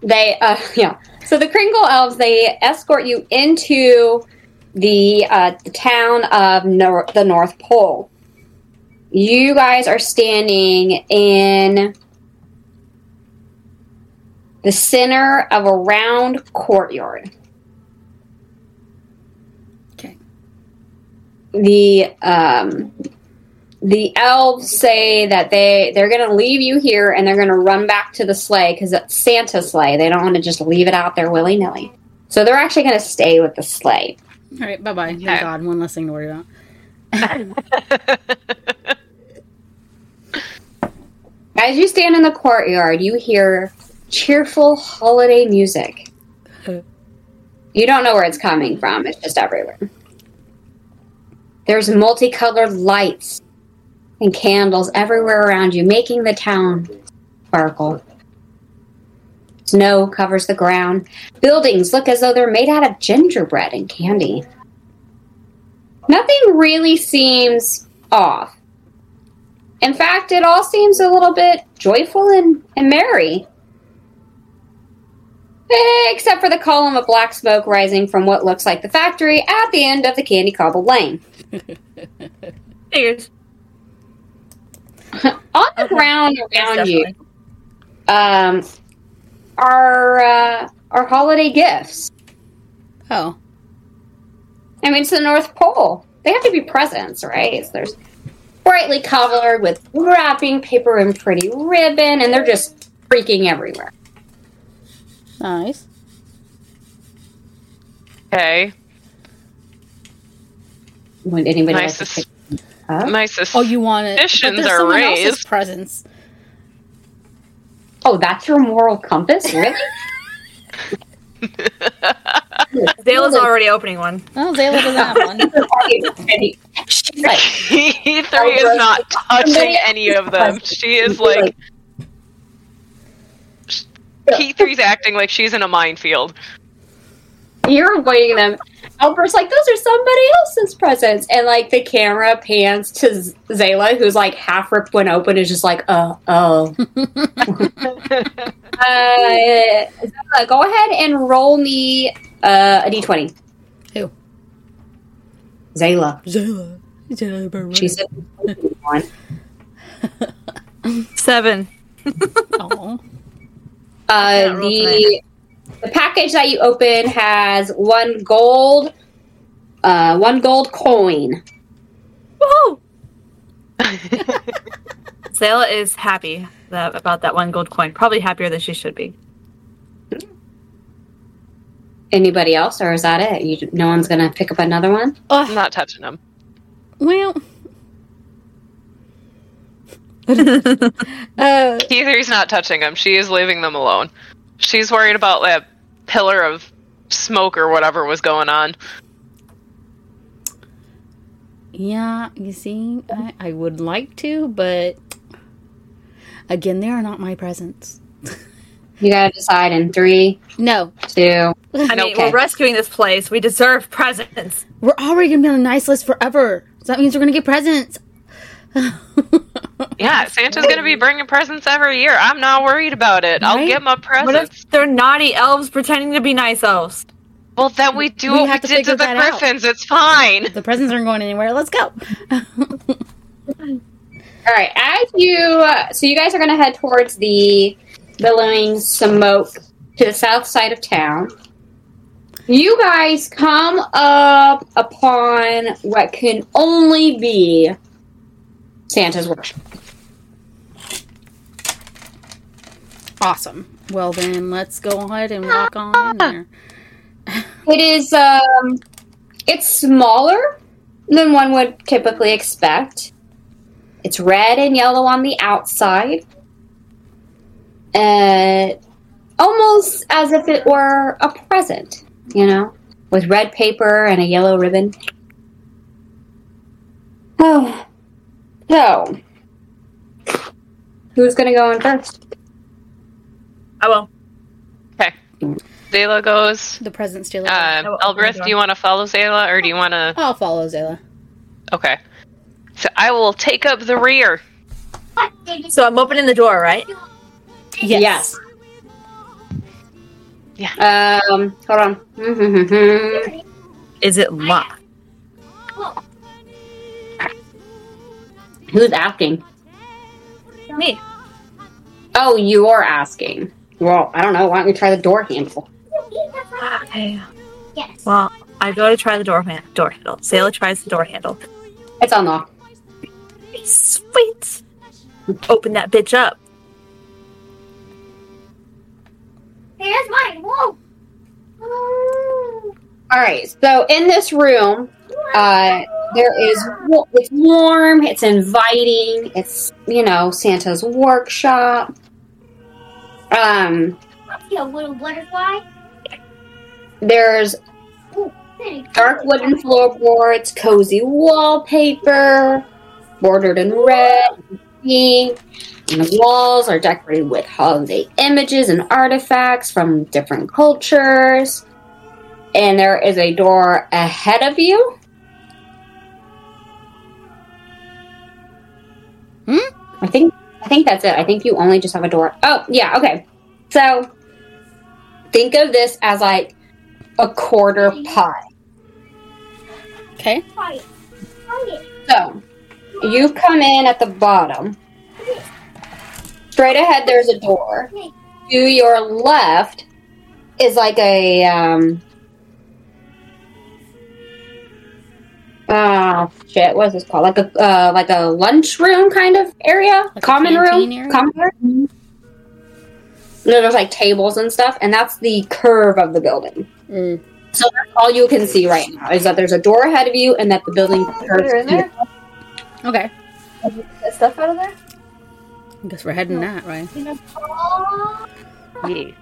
S4: they uh [LAUGHS] yeah so the kringle elves they escort you into the uh the town of nor- the north pole you guys are standing in the center of a round courtyard the um, the elves say that they they're going to leave you here and they're going to run back to the sleigh because it's Santa's sleigh. They don't want to just leave it out there willy nilly. So they're actually going to stay with the sleigh.
S3: All right, bye bye.
S1: Okay.
S3: Thank God, one less thing to worry about.
S4: As you stand in the courtyard, you hear cheerful holiday music. You don't know where it's coming from, it's just everywhere. There's multicolored lights and candles everywhere around you, making the town sparkle. Snow covers the ground. Buildings look as though they're made out of gingerbread and candy. Nothing really seems off. In fact, it all seems a little bit joyful and, and merry. Eh, Except for the column of black smoke rising from what looks like the factory at the end of the candy cobble lane.
S2: Figures.
S4: On the ground around you
S2: Definitely.
S4: um, are, uh, are holiday gifts.
S3: Oh,
S4: I mean, it's the North Pole. They have to be presents, right? So there's brightly colored with wrapping paper and pretty ribbon, and they're just freaking everywhere.
S3: nice.
S1: Okay.
S4: Would anybody
S1: My,
S4: like to
S1: sus-
S4: pick up?
S1: my sus-
S3: Oh, you want it?
S1: Suspicions
S3: but there's
S1: are
S3: someone else's
S1: raised.
S3: Presents.
S4: Oh, that's your moral
S3: [LAUGHS]
S4: compass, really?
S2: Zayla's already opening one.
S3: Oh, Zayla doesn't have one.
S1: [LAUGHS]
S4: She's like,
S1: E3 is not touching any of them. She is like P3's acting like she's in a
S3: [LAUGHS]
S1: minefield.
S4: you're avoiding them. Albert's like, those are somebody else's presents, and like the camera pans to Z- Zayla, who's like half ripped one open, is just like, oh,
S3: [LAUGHS]
S4: oh. uh, Zayla, go ahead and roll me uh, a d20.
S3: Who?
S4: Zayla.
S3: Zayla. Zayla
S4: She said, one.
S2: Seven.
S3: Oh,
S4: Uh,
S2: roll
S4: the the package that you open has one gold, uh, one gold coin.
S2: Woohoo! Zayla is happy that, about that one gold coin. Probably happier than she should be.
S4: Anybody else, or is that it? You, no one's gonna pick up another one.
S1: I'm not touching them.
S3: well. uh,
S1: P3's not touching them. She is leaving them alone. She's worried about that pillar of smoke or whatever was going on.
S3: yeah, you see, I, I would like to, but again, they are not my presents.
S4: You gotta decide in three,
S3: No,
S4: two.
S2: I mean,
S4: Okay.
S2: we're rescuing this place. We deserve presents.
S3: we're already gonna be on a nice list forever. So that means we're gonna get presents. [LAUGHS]
S1: Yeah, Santa's gonna be bringing presents every year. I'm not worried about it. I'll
S3: Right?
S1: get my
S2: What
S1: presents.
S2: if they're naughty elves pretending to be nice elves?
S1: well, then we do
S3: We
S1: what we
S3: have to
S1: did to
S3: figure
S1: the
S3: that out.
S1: Griffins. It's fine.
S3: The presents aren't going anywhere. Let's go. [LAUGHS]
S4: All right, as you, so you guys are gonna head towards the billowing smoke to the south side of town. You guys come up upon what can only be Santa's workshop.
S3: awesome. Well then, let's go ahead and walk
S6: Ah.
S3: on in there.
S4: It is um it's smaller than one would typically expect. It's red and yellow on the outside. Uh almost as if it were a present, you know, with red paper and a yellow ribbon. Oh. So, who's going to go in first?
S2: I will.
S1: Zayla goes.
S3: The presents, Jayla.
S1: Uh,
S2: will
S3: oh
S1: Elbrith,
S2: open the
S1: do you
S2: door.
S1: want to follow Zayla, or do you want to?
S3: I'll follow Zayla.
S1: Okay. So I will take up the rear.
S2: So I'm opening the door, right?
S4: Yes.
S1: Yeah.
S4: Um, hold on. [LAUGHS]
S2: Is it locked?
S4: Who's asking?
S2: Me.
S4: Oh, you're asking. Well, I don't know. Why don't we try the door handle?
S2: Okay.
S5: Yes.
S2: Well, I go to try the door, man- door handle. Zayla tries the door handle.
S4: It's unlocked.
S2: Sweet. Open that bitch up.
S5: Here's mine. Whoa. Ooh.
S4: All right. So in this room, uh, there is wa- it's warm, it's inviting, it's you know Santa's workshop. Um,
S5: You little butterfly.
S4: there's
S5: Ooh, pretty
S4: dark
S5: good.
S4: wooden floorboards, cozy wallpaper, bordered in red and pink. And the walls are decorated with holiday images and artifacts from different cultures. And there is a door ahead of you.
S3: Hmm?
S4: I think I think that's it. I think you only just have a door. Oh, yeah, okay. So think of this as like a quarter pie.
S3: Okay.
S5: Quiet. Quiet.
S4: So, you come in at the bottom. Straight ahead, there's a door. To your left is like a um. Oh shit! What's this called? Like a uh, like a lunchroom kind of area,
S3: Like a
S4: common room,
S3: canteen area?
S4: common room. No, there's like tables and stuff, and that's the curve of the building.
S3: Mm.
S4: So that's all you can see right now is that there's a door ahead of you, and that the building curves.
S6: in
S4: to your
S6: there?
S3: Okay.
S6: That stuff out of there?
S3: I guess we're heading that right.
S5: Oh,
S1: Yeah.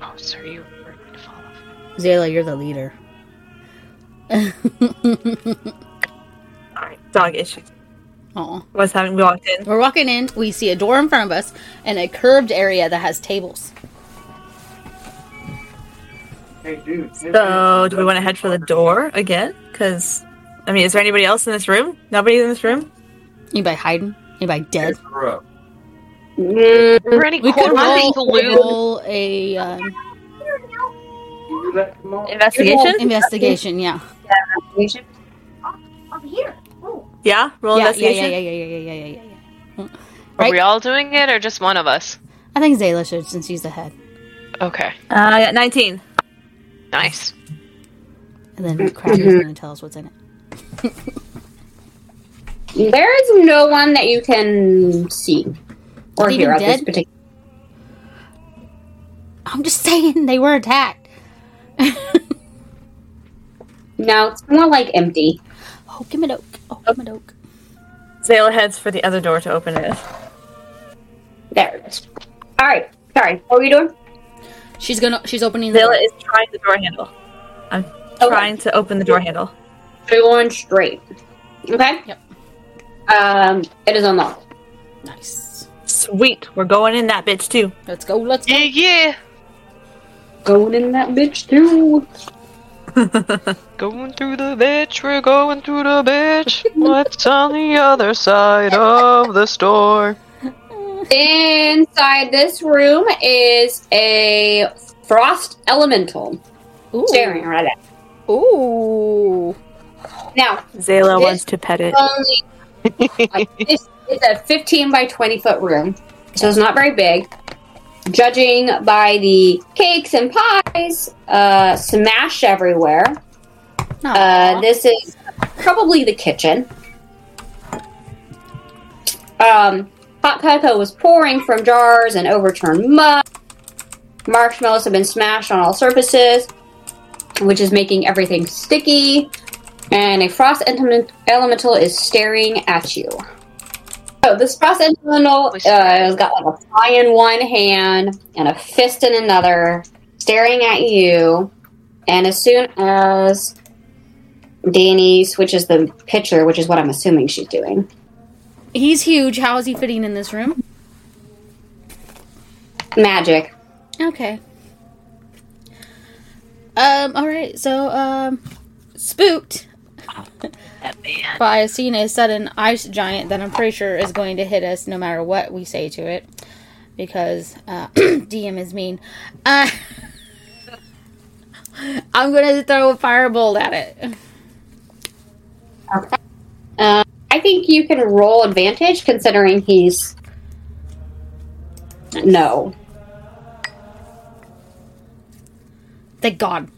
S1: Oh, sir, you were going to fall off.
S3: Zayla, you're the leader. [LAUGHS]
S2: All right, dog issues.
S3: Aw.
S2: What's happening? We walked in.
S3: We're walking in. We see a door in front of us and a curved area that has tables.
S7: Hey, dude.
S2: So, do we want to head for the door again? Because, I mean, is there anybody else in this room? Nobody in this room?
S3: Anybody hiding? Anybody dead?
S4: Mm,
S1: Is there any
S3: We could
S1: corpses
S3: roll,
S1: glued?
S3: roll a um,
S2: Investigation?
S3: investigation. Yeah.
S5: up here. Ooh.
S2: Yeah, roll
S3: yeah, yeah, yeah,
S2: investigation.
S3: yeah, yeah, yeah, yeah, yeah, yeah, yeah.
S1: Are we all doing it or just one of us?
S3: I think Zayla should since she's the head.
S1: Okay.
S2: Uh, I got 19.
S1: Nice.
S3: And then Crabtree's gonna tell us what's in it.
S4: There is no one that you can see or
S3: Even
S4: hear at this
S3: dead?
S4: particular.
S3: I'm just saying they were attacked.
S4: No, it's more like empty.
S3: Oh, give me doke. Oh, give me doke.
S2: Zayla heads for the other door to open it.
S4: There it is. All right. Sorry. What were you doing?
S3: She's gonna. She's opening the. door.
S2: Zayla is trying the door handle. I'm trying to open the door handle.
S4: So you're going straight. Okay.
S3: Yep.
S4: Um, it is unlocked.
S3: Nice.
S2: Sweet, we're going in that bitch too.
S3: Let's go. Let's go.
S1: Yeah, yeah.
S4: Going in that
S3: [LAUGHS]
S4: bitch too.
S1: Going through the bitch, we're going through the bitch. What's on the other side of the store?
S4: Inside this room is a frost elemental
S3: Ooh.
S4: staring right at.
S3: Ooh.
S4: you. Now,
S2: Zayla
S4: This- wants
S2: to pet it.
S7: uh,
S4: only like, it's, it's a 15 by 20 foot room, so it's not very big. Judging by the cakes and pies uh, smashed everywhere, uh, this is probably the kitchen. Um, hot cocoa was pouring from jars and overturned mug. Marshmallows have been smashed on all surfaces, which is making everything sticky. And a frost element- elemental is staring at you. So this frost elemental uh, has got like a pie in one hand and a fist in another, staring at you. And as soon as Danny switches the picture, which is what I'm assuming she's doing,
S3: He's huge. How is he fitting in this room?
S4: magic.
S3: Okay. Um. All right. So, um, [LAUGHS] spooked by seeing a sudden ice giant that I'm pretty sure is going to hit us no matter what we say to it, because uh, [CLEARS THROAT] DM is mean. Uh, [LAUGHS] I'm gonna throw a firebolt at it.
S4: Uh, I think you can roll advantage considering he's. No.
S3: Thank God.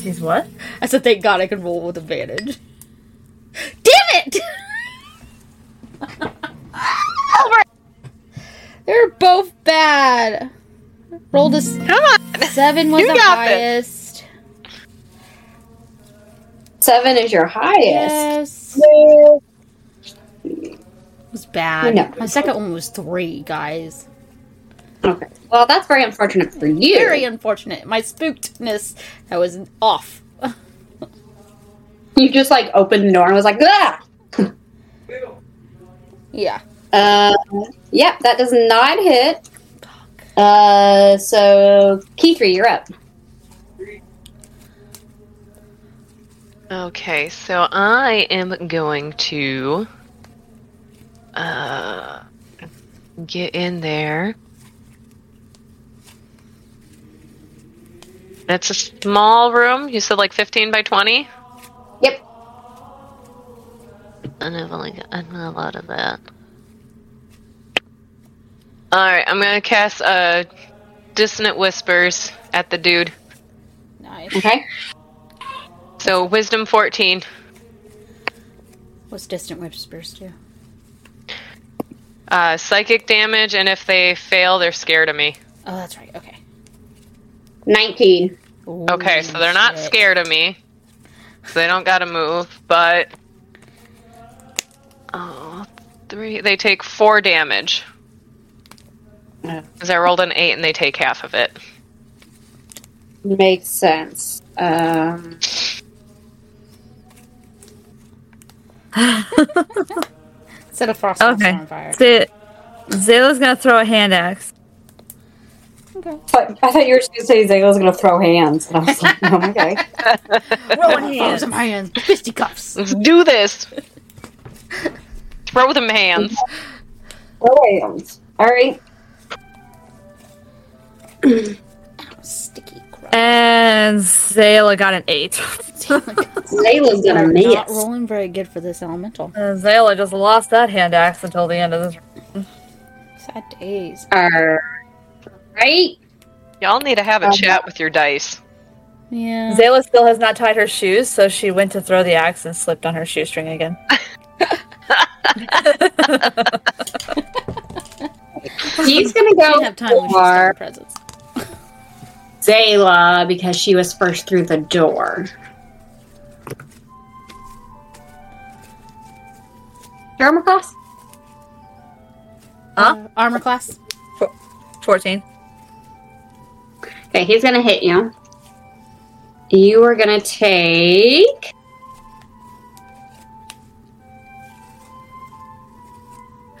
S6: She's what?
S3: I said, thank God I can roll with advantage. Damn it! [LAUGHS] They're both bad. Rolled a s-
S1: Come on.
S3: seven was
S1: You
S3: the
S1: got this.
S3: highest.
S4: Seven is your highest.
S3: Yes. It was bad.
S4: No.
S3: My second one was three, guys.
S4: Okay. Well, that's very unfortunate for you.
S3: Very unfortunate. My spookedness that was off.
S4: You just like opened the door and was like, ah!
S3: Yeah.
S4: Uh, yep, that does not hit. Uh, so key three, you're up.
S1: Okay, so I am going to uh, get in there. It's a small room. You said like 15 by 20?
S4: Yep.
S1: And I've only got I know a lot of that. Alright, I'm gonna cast uh, Dissonant Whispers at the dude.
S3: Nice.
S4: Okay.
S1: So, Wisdom 14.
S3: What's distant whispers do?
S1: Uh, psychic damage, and if they fail, they're scared of me.
S3: Oh, that's right. Okay.
S4: 19.
S3: Ooh,
S1: Okay, so they're not
S3: shit.
S1: scared of me. So they don't gotta move, but. Oh, three. They take four damage.
S4: Yeah.
S1: Because I rolled an eight and they take half of it.
S4: Makes sense. Um,
S3: Set a frost
S7: Okay.
S3: on fire.
S7: So, Zayla's gonna throw a hand axe.
S4: but I thought you were just going to say Zayla's going to throw hands. And I was like, oh, [LAUGHS] okay.
S7: Roll
S3: Frost in my hands. [LAUGHS] Fisticuffs.
S1: Let's do this! Throw them hands.
S4: Throw hands. Oh, All right.
S3: Sticky.
S7: And Zayla got an eight.
S4: Zayla's going to
S3: Not
S4: miss.
S3: rolling very good for this elemental.
S7: And Zayla just lost that hand axe until the end of this.
S3: Sad days.
S4: All right.
S1: Y'all need to have a
S4: Um,
S1: chat with your dice.
S3: Yeah.
S7: Zayla still has not tied her shoes, so she went to throw the axe and slipped on her shoestring again.
S3: [LAUGHS]
S4: He's going to
S3: I
S4: go
S3: didn't have time when she
S4: for
S3: started presents.
S4: Zayla because she was first through the door. Your armor class?
S7: Huh?
S3: Uh, armor class.
S7: 14.
S4: Okay, he's gonna hit you. You are gonna take.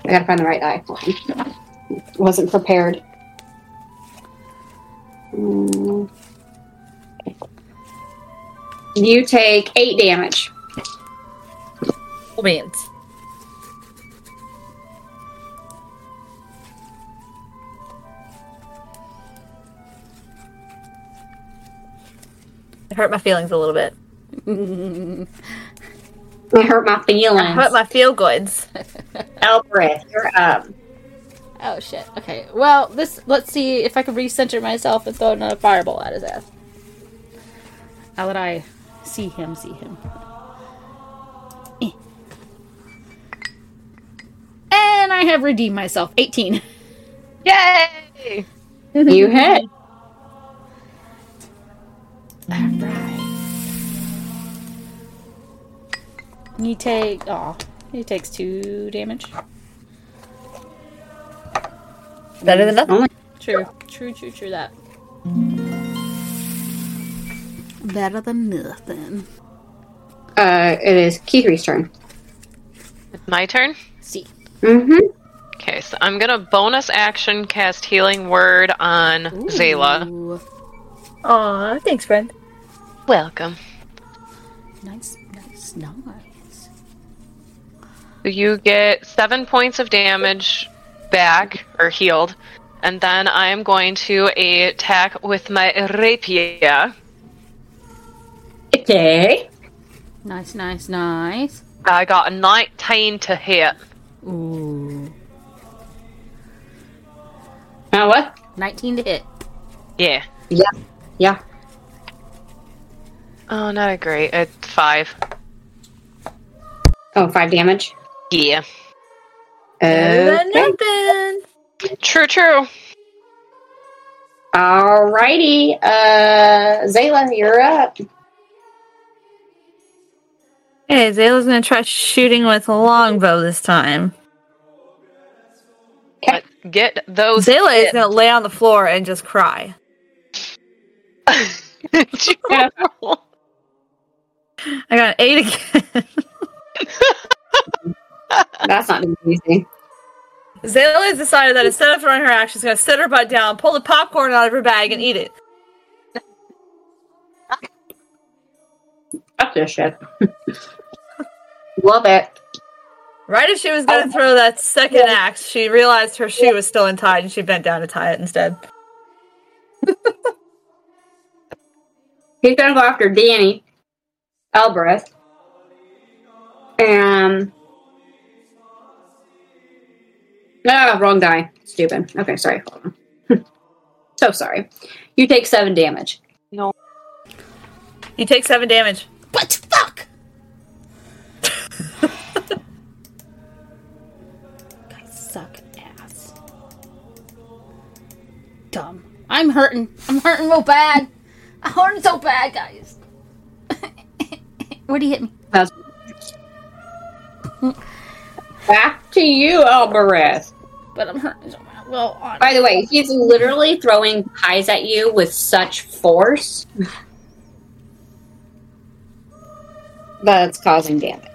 S4: I gotta find the right die. Hold on. Wasn't prepared. Mm. You take eight damage.
S7: Cool beans. It hurt my feelings a little bit.
S4: I hurt my
S7: I hurt
S4: feelings.
S7: my feel goods.
S4: Elbreth, you're up.
S3: Oh shit. Okay. Well, this. Let's see if I can recenter myself and throw another fireball at his ass. Now that I see him, see him. Eh. And I have redeemed myself. 18.
S1: Yay!
S4: [LAUGHS] You hit.
S3: You take. Oh, he takes two damage.
S7: Better than nothing.
S3: True. True, true, true that. Better than nothing.
S4: Uh, it is Keithry's turn.
S1: It's my turn?
S3: See.
S4: Mm-hmm.
S1: Okay, so I'm gonna bonus action cast Healing Word on Zayla.
S3: Ooh,
S7: Aw, thanks, friend.
S1: Welcome.
S3: Nice, nice, nice.
S1: You get seven points of damage back or healed, and then I am going to attack with my rapier.
S4: Okay.
S3: Nice, nice, nice.
S1: I got a 19 to hit.
S3: Ooh.
S4: Now what?
S3: 19 to hit.
S1: Yeah.
S4: Yeah. Yeah.
S1: Oh, not a great. It's five.
S4: Oh, five damage.
S1: Yeah.
S4: Okay.
S1: True, true.
S4: Uh, Alrighty. Uh, Zayla, you're up.
S2: Okay, Zayla's gonna try shooting with a longbow this time.
S1: But get
S7: Oh,
S1: those. [LAUGHS]
S2: Zayla is gonna lay on the floor and just cry.
S1: Did you roll?
S2: I got an eight again. [LAUGHS]
S4: That's not doing anything.
S2: Zayla has decided that instead of throwing her axe, she's gonna sit her butt down, pull the popcorn out of her bag, and eat it.
S4: Fuck this shit. [LAUGHS] Love it.
S2: Right as she was
S7: Oh.
S2: gonna throw that second axe, she realized her shoe was still untied, and she bent down to tie it instead.
S4: He's gonna go after Danny Elbreth. Um. Ah, wrong guy. Stupid. Okay, sorry. Hold on. [LAUGHS] so sorry. You take seven damage.
S2: You take seven damage.
S3: What the [LAUGHS] fuck? Guys suck ass. Dumb. I'm hurting. I'm hurting real bad. I'm hurting so bad, guys. [LAUGHS] Where'd he hit me?
S4: That's- Back to you, Elbreth.
S3: But I'm hurting so bad. Well, on.
S4: By the way, he's literally throwing pies at you with such force that's causing damage.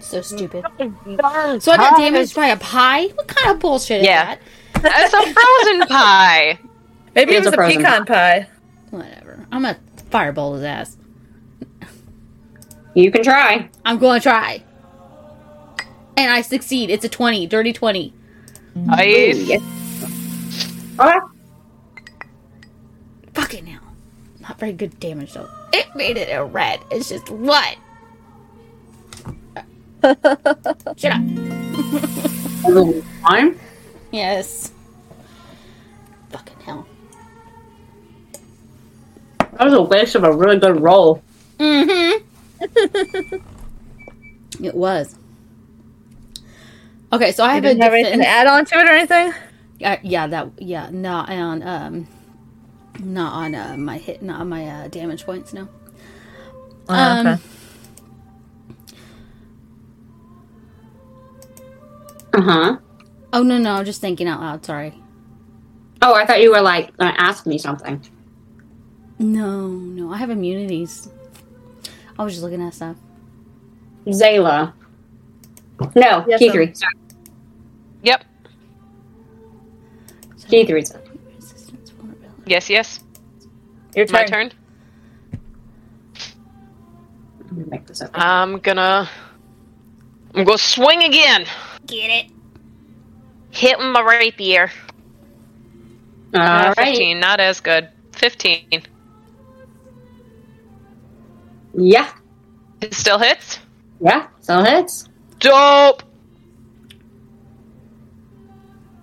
S3: so stupid. [LAUGHS] So I got damaged by a pie? What kind of bullshit is
S1: Yeah.
S3: that?
S1: That's a frozen pie.
S2: Maybe
S4: It
S2: it
S4: was
S2: was a,
S4: a frozen
S2: pecan pie.
S3: Whatever. I'm gonna fireball his ass.
S4: You can try.
S3: I'm gonna try. And I succeed. It's a 20, dirty 20.
S1: Nice.
S4: Okay.
S3: Fuck it now. Not very good damage though. It made it a red. It's just what? Shut up.
S4: Fine.
S3: Yes. Fucking hell.
S4: That was a waste of a really good roll.
S3: Mm-hmm. [LAUGHS] it was. Okay, so I have a
S2: Didn't have anything to
S3: defense.
S2: add on to it or anything?
S3: Uh, yeah, that yeah, not on um, not on uh, my hit, not on my uh, damage points. No.
S2: Oh,
S3: Um,
S2: okay.
S4: Uh huh.
S3: Oh no, no, I'm just thinking out loud. Sorry.
S4: Oh, I thought you were like gonna ask me something.
S3: No, no, I have immunities. I was just looking at stuff.
S4: Zayla. No,
S2: Yes,
S4: G3. Sorry,
S1: Yep.
S4: G3's up.
S3: Resistance, vulnerability.
S1: Yes, yes.
S2: Your
S1: My turn.
S4: I'm gonna make this up.
S1: I'm gonna. I'm gonna swing again.
S3: Get it?
S1: Hit him my rapier. Uh,
S4: All right.
S1: 15, not as good. 15.
S4: Yeah.
S1: It still hits?
S4: Yeah. Still hits.
S1: Dope!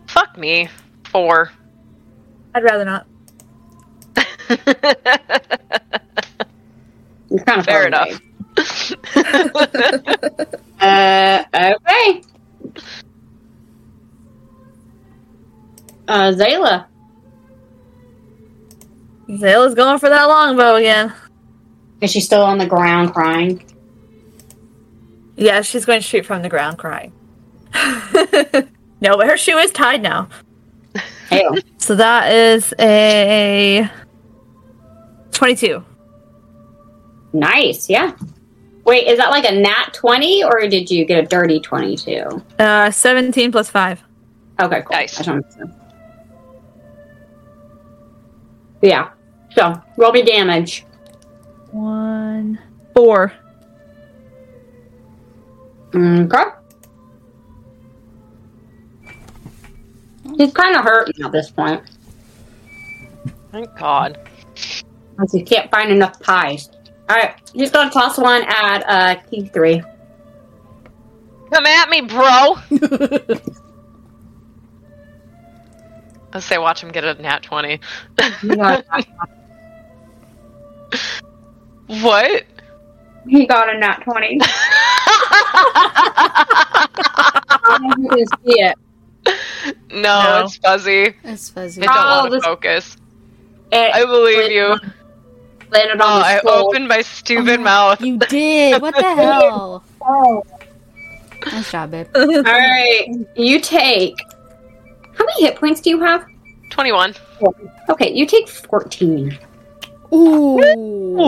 S1: Fuck me. Four. [LAUGHS]
S2: I'd rather not.
S4: You're kind of
S1: Fair
S4: far
S1: enough.
S4: away. Uh, okay. Uh, Zayla.
S2: Zayla's going for that longbow again.
S4: Is she still on the ground crying?
S2: Yeah, she's going to shoot from the ground crying. [LAUGHS] no, but her shoe is tied now.
S4: Hell.
S2: So that is a 22.
S4: nice. Yeah. Wait, is that like a nat 20 or did you get a dirty 22?
S2: Uh, 17 plus 5.
S4: Okay, cool.
S1: Nice.
S4: I don't know. Yeah. So roll me damage.
S2: One.
S7: [LAUGHS]
S2: Four.
S4: Okay. He's kind of hurting at this point
S1: [LAUGHS] Thank God.
S4: because he can't find enough pies. All right, he's gonna toss one at uh, key three.
S1: Come at me, bro! Let's say, watch him get a nat 20. [LAUGHS]
S4: He's gonna toss one. [LAUGHS]
S1: What?
S4: He got a nat 20. I don't know if you can see it.
S1: no,
S7: No.
S1: it's fuzzy.
S3: That's fuzzy.
S1: I don't
S4: Oh,
S1: want to
S4: this-
S1: focus.
S4: It
S1: I believe you.
S4: landed on
S1: Oh,
S4: the
S1: I
S4: floor.
S1: opened my
S4: Oh.
S1: stupid mouth.
S3: You did. What the hell? Nice job, babe.
S4: All right. You take. How many hit points do you have?
S1: 21.
S4: Okay, you take 14.
S3: Ooh.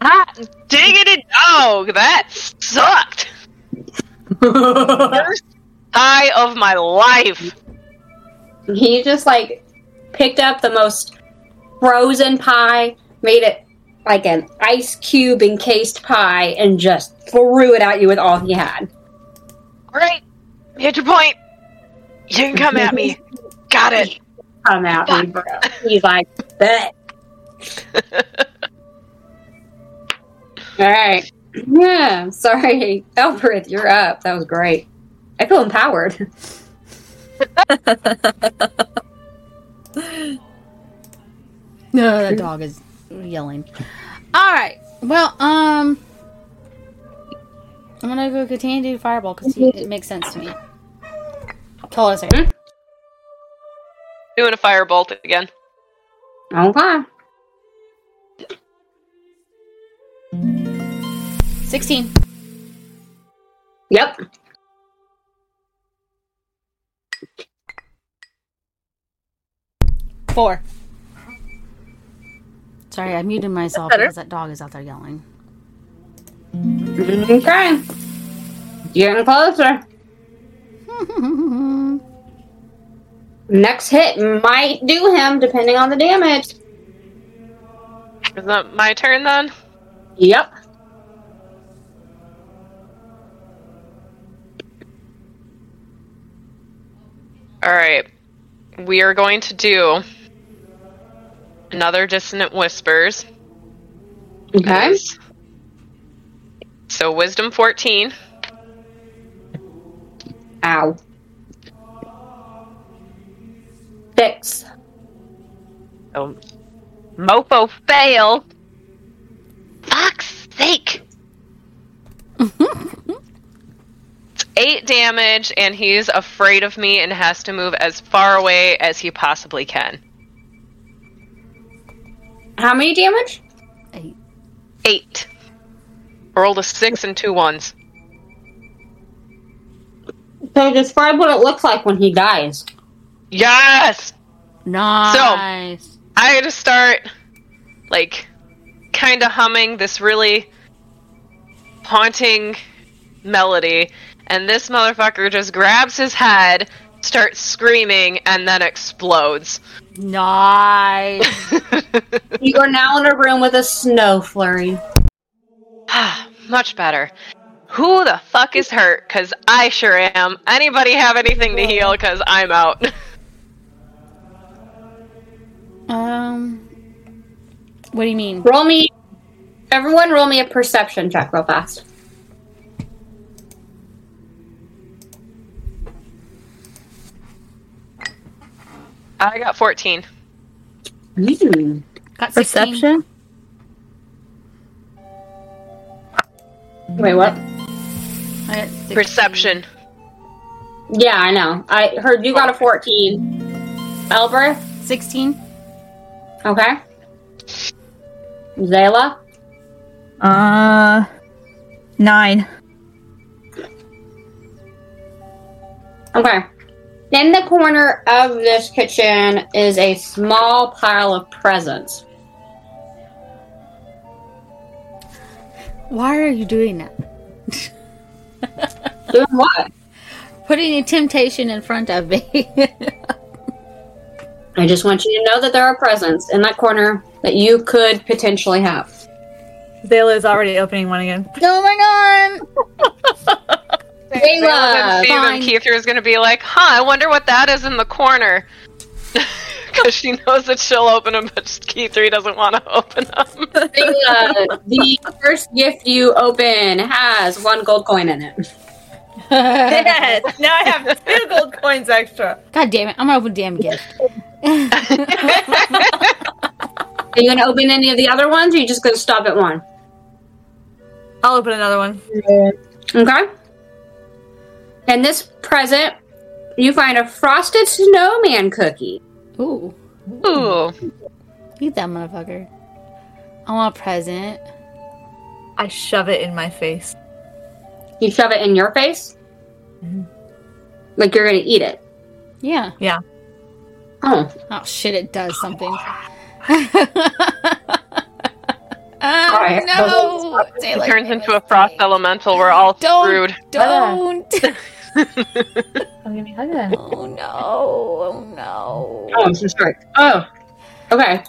S1: Hot diggity dog! oh, That
S4: [LAUGHS]
S1: sucked! First high of my life!
S4: He just like picked up the most frozen pie, made it like an ice cube encased pie, and just threw it at you with all he had.
S1: Great! You hit your point! You can come at
S4: [LAUGHS]
S1: me. Got it.
S4: Come at
S1: [LAUGHS]
S4: me, bro. He's like, bet. all right. Yeah, sorry, Elbereth, you're up. That was great. I feel empowered.
S3: No, that dog is yelling. All right. Well, um, I'm gonna go continue to do fireball because it makes sense to me. Hold on a second.
S1: Doing a firebolt again.
S4: Okay.
S3: Sixteen.
S4: Yep.
S3: Four. Sorry, I muted myself
S7: better.
S3: because that dog is out there yelling.
S4: Okay. Getting closer. Next hit might do him, depending on the damage.
S1: Is that my turn then?
S4: Yep.
S1: Alright. We are going to do another Dissonant Whispers.
S4: Okay.
S1: Nice. So, Wisdom 14.
S4: Ow. Six.
S1: Oh, Mopo fail. Fuck's sake. it's eight damage, and he's afraid of me and has to move as far away as he possibly can.
S4: How many damage?
S3: Eight.
S1: Eight. Rolled a six and two ones.
S4: So describe what it looks like when he dies.
S1: Yes!
S3: [LAUGHS] Nice.
S1: I had to start, like, kind of humming this really haunting melody, and this motherfucker just grabs his head, starts screaming, and then explodes.
S3: Nice.
S4: You are now in a room with a snow flurry.
S1: Ah, Much better. Who the fuck is hurt? Because I sure am. Anybody have anything to heal? Because I'm out. [LAUGHS]
S3: um, what do you mean?
S4: Roll me. Everyone, roll me a perception check real fast.
S1: I got 14.
S3: Got 16.
S7: Perception?
S4: Wait, what?
S3: I got 16.
S1: Perception.
S4: Yeah, I know. I heard you got a 14. Elber,
S3: 16.
S4: okay. Zayla,
S6: Uh, nine.
S4: okay. In the corner of this kitchen is a small pile of presents.
S3: Why are you doing [LAUGHS] that?
S4: Doing what?
S3: Putting a temptation in front of me.
S4: I just want you to know that there are presents in that corner that you could potentially have.
S7: Zayla is already opening one
S2: [LAUGHS]
S7: again.
S3: [LAUGHS] oh my god.
S1: Zayla
S4: Zayla,
S1: didn't
S3: fine.
S1: see them. Keithra was going to be like, huh, I wonder what that is in the corner. [LAUGHS] Because she knows that she'll open them, but Keithra doesn't want to [LAUGHS] open
S4: [LAUGHS]
S1: them.
S4: Zayla, the first gift you open has one gold coin in it.
S7: Yes! [LAUGHS] now I have two gold coins extra.
S3: [LAUGHS] God damn it. I'm gonna open damn gift.
S4: Are you going to open any of the other ones, or are you just going to stop at one?
S7: I'll open another one.
S4: Okay. In this present, you find a frosted snowman cookie.
S3: Ooh,
S1: Ooh.
S3: eat that motherfucker. I want a present.
S7: I shove it in my face.
S4: You shove it in your face, like you're going to eat it.
S3: Yeah.
S4: Oh,
S3: Oh shit! It does something. [LAUGHS]
S4: right.
S3: oh, no!
S1: It turns into a frost elemental. We're all
S3: Don't.
S1: screwed.
S3: Don't.
S4: [LAUGHS]
S7: I'm gonna hug that.
S3: Oh no! Oh no!
S4: oh, I'm so sorry. Oh, okay.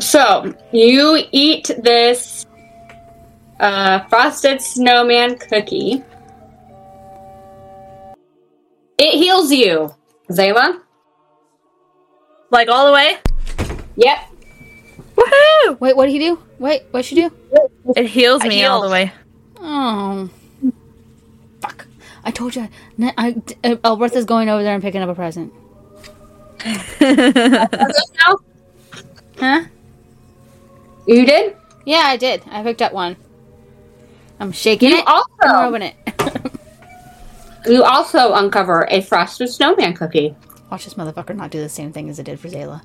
S4: So you eat this uh, frosted snowman cookie. It heals you, Zayla.
S7: Like all the way?
S4: Yep,
S7: Woohoo!
S3: Wait, what did he do? Wait, what she do?
S7: It heals me all
S1: heals.
S7: the way.
S3: Oh, fuck! I told you. I, I, uh, Alberta's going over there and picking up a present.
S4: now?
S3: Huh?
S4: You did?
S3: Yeah, I did. I picked up one. I'm shaking
S4: You
S3: it. I'm
S4: also
S3: rubbing it.
S4: you also uncover a frosted snowman cookie.
S3: Watch this motherfucker not do the same thing as it did for
S4: [LAUGHS]
S3: Zayla.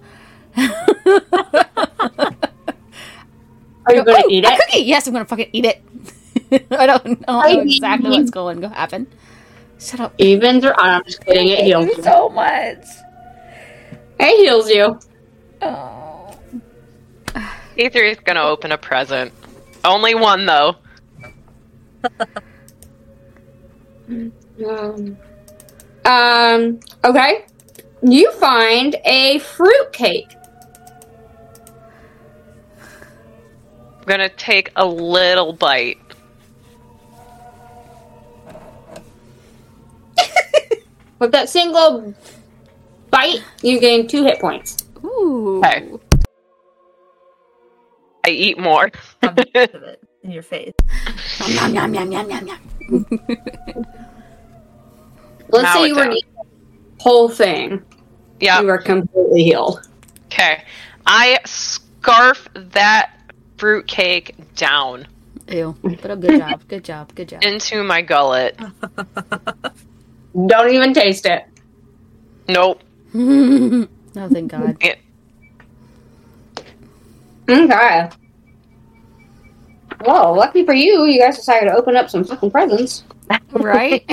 S4: Are you gonna
S3: Ooh,
S4: eat
S3: Oh, a
S4: it?
S3: cookie. Yes, I'm gonna fucking eat it. [LAUGHS] I don't know
S4: I
S3: exactly
S4: mean-
S3: what's going to happen. Shut up.
S4: Evens or I'm just kidding, it heals you.
S2: so much.
S4: It heals you.
S2: Oh.
S1: Aether is gonna open a present. Only one though.
S4: Um, um okay. You find a fruit cake.
S1: I'm gonna take a little bite.
S4: With that single bite, you gain two hit points.
S3: Ooh.
S1: Okay. I eat more.
S7: [LAUGHS]
S1: [LAUGHS]
S7: I'm sick of it in your face.
S3: Yum yum yum yum yum yum.
S4: Let's
S1: Now
S4: say
S1: it
S4: you were
S1: down.
S4: eating the whole thing. You
S1: Yeah.
S4: were completely healed.
S1: Okay. I scarf that fruitcake down
S3: Ew. But a [LAUGHS] good job. Good job. Good [LAUGHS] job.
S1: into my gullet.
S4: Don't even taste it.
S1: Nope.
S3: oh, thank God.
S1: It,
S4: Okay. Well, lucky for you, you guys decided to open up some fucking presents.
S3: Right?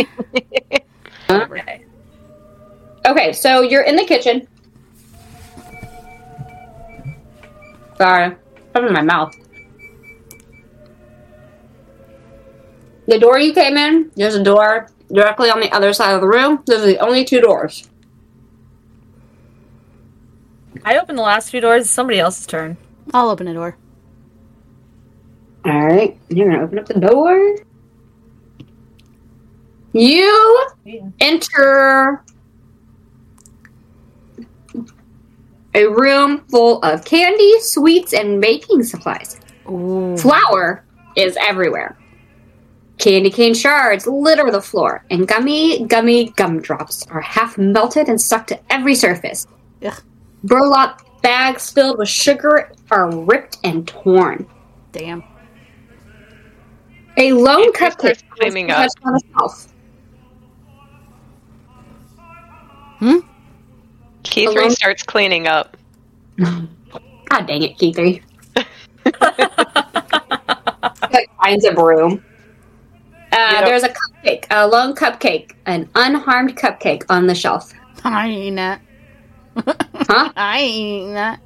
S4: Okay, so you're in the kitchen. Sorry, something in my mouth. The door you came in, there's a door directly on the other side of the room. Those are the only two doors.
S7: I opened the last few doors. It's somebody else's turn.
S3: [LAUGHS] I'll open the door.
S4: All right, you're gonna open up the door. You enter a room full of candy, sweets, and baking supplies.
S3: Ooh.
S4: Flour is everywhere. Candy cane shards litter the floor, and gummy, gummy gumdrops are half melted and stuck to every surface.
S3: Ugh.
S4: Burlap bags filled with sugar are ripped and torn.
S3: Damn.
S4: A lone
S1: Increase their
S4: cupcake
S1: climbing
S4: was touched on a shelf.
S1: Keith
S4: Hello?
S1: starts cleaning up.
S4: God dang it, Key three. like finds a broom. Uh,
S1: Yep.
S4: There's a cupcake, a lone cupcake, an unharmed cupcake on the shelf.
S3: I ain't eating that.
S4: Huh?
S3: [LAUGHS] I ain't eating that.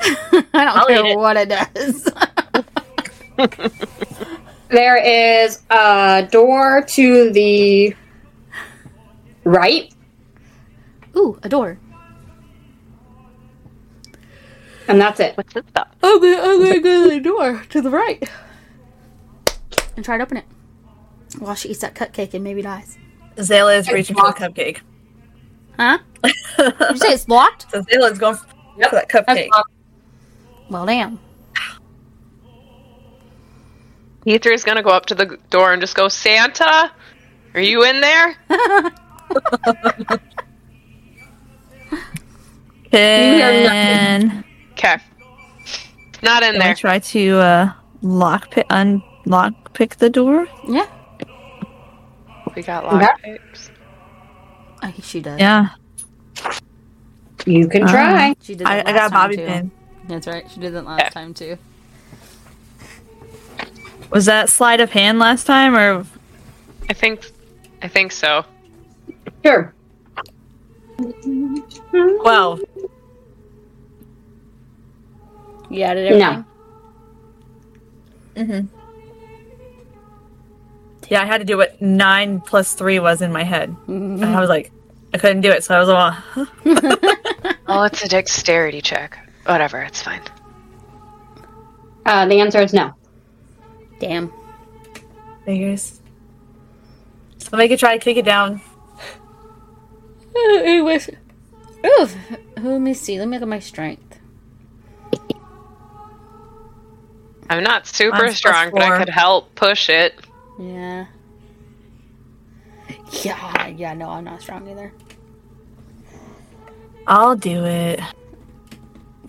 S3: [LAUGHS] I don't
S7: I'll eat
S3: care
S7: it.
S3: what it does.
S4: There is a door to the right.
S3: [LAUGHS] Ooh, a door.
S4: And that's it.
S1: What's this stuff?
S3: I'm gonna, I'm gonna go to the door to the right and try to open it while she eats that cupcake and maybe dies.
S7: Zayla is reaching for the cupcake.
S3: Huh? Did you say it's locked?
S7: [LAUGHS] So Zayla's going for that cupcake.
S3: Well, damn.
S1: Ether is gonna go up to the door and just go, Santa, are you in there?
S4: hear
S6: Can
S1: Okay. Not in
S6: Can I
S1: there.
S6: try to uh, lock pick, unlock pick the door?
S3: Yeah,
S1: We got lockpicks.
S3: I think Uh, she does.
S6: Yeah.
S4: You can
S6: Ah.
S4: try.
S3: She did.
S2: I,
S3: That
S2: I
S3: last
S2: got a
S3: time,
S2: bobby
S3: too.
S2: pin.
S3: That's right. She did that last time too.
S6: Was that sleight of hand last time, or
S1: I think. I think so.
S4: Sure.
S7: Twelve.
S3: You added
S4: No.
S3: everything.
S7: Yeah, I had to do what nine plus three was in my head.
S2: Mm-hmm.
S7: And I was like, I couldn't do it, so I was like, huh?
S1: Oh, it's a dexterity check. Whatever, it's fine.
S4: Uh, the answer is no.
S3: Damn.
S7: figures. Somebody could try to kick it down.
S3: Ooh, ooh, what's- ooh, let me see. Let me look at my strength.
S1: I'm not super
S7: Mine's plus
S1: strong, but I
S7: four.
S1: could help push it.
S3: Yeah. Yeah, yeah, no, I'm not strong either.
S7: I'll do it. I
S3: You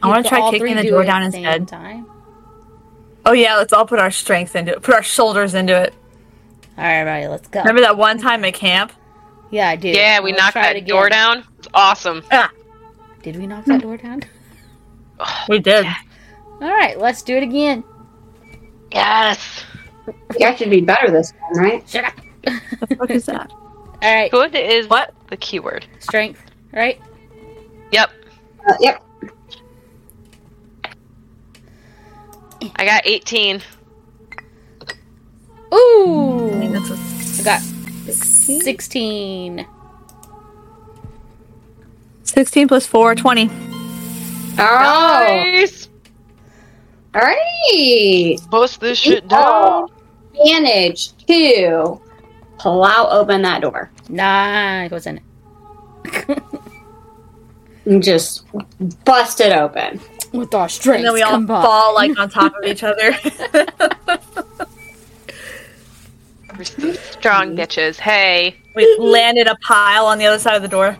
S7: want
S3: have
S7: to try
S3: all three
S7: kicking the
S3: do
S7: door
S3: it
S7: down
S3: at the same
S7: instead.
S3: Time.
S7: Oh yeah, let's all put our strength into it. Put our shoulders into it.
S3: All right, everybody, let's go.
S7: Remember that one time at camp?
S3: Yeah, I do.
S1: Yeah, we
S3: Let's
S1: knocked
S3: try it
S1: that
S3: again.
S1: door down. It's awesome.
S3: Did we knock that door down?
S7: We did.
S3: All right, let's do it again.
S1: Yes.
S4: That should be better this time, right?
S3: Shut up.
S6: the fuck is
S7: [LAUGHS]
S6: that?
S3: [LAUGHS] All right,
S1: Good is
S7: What?
S1: the keyword.
S3: strength. Right?
S1: Yep.
S4: Uh, yep.
S1: I got 18.
S3: Ooh,
S7: That's a-
S3: I got sixteen.
S6: Sixteen plus four, twenty.
S4: Oh,
S1: Nice.
S4: all right.
S1: Bust this shit
S4: Oh, manage to plow open that door
S3: Nah, it wasn't.
S4: and just bust it open.
S3: With our strength,
S7: And then we all fall like on top of each other.
S1: We're so strong bitches. Hey.
S7: we landed a pile on the other side of the door.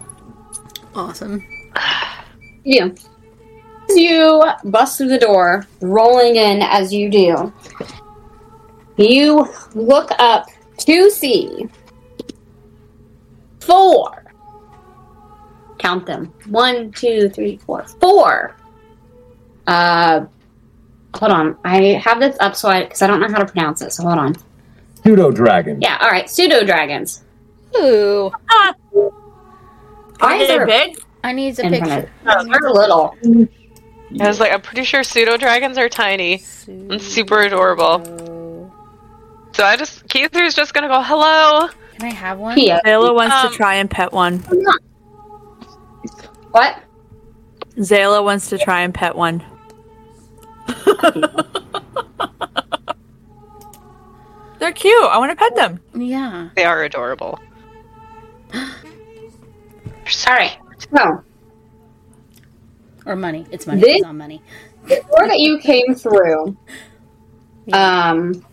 S3: Awesome.
S4: Yeah. As you bust through the door, rolling in as you do, you look up to see four. Count them. One, two, three, four. Four. Uh, hold on. I have this up so I because I don't know how to pronounce it. So hold on.
S8: Pseudo dragon.
S4: Yeah. All right. Pseudo dragons.
S3: Ooh,
S7: Are
S4: Eyes
S7: they
S4: are
S7: big?
S3: I need a
S4: in front
S3: picture.
S4: of- Oh, They're little.
S1: I was like, I'm pretty sure pseudo dragons are tiny and super adorable. So I just, Keither's just gonna go, hello.
S3: Can I have one?
S4: Yeah.
S2: Zayla wants
S1: Um,
S2: to try and pet one.
S4: What?
S2: Zayla wants to try and pet one.
S7: [LAUGHS]
S2: They're cute. I want to pet them.
S3: Yeah.
S1: They are adorable. They're so-
S4: All right. So
S3: Or money. It's money.
S4: This-
S3: It's on money.
S4: the door that you came through um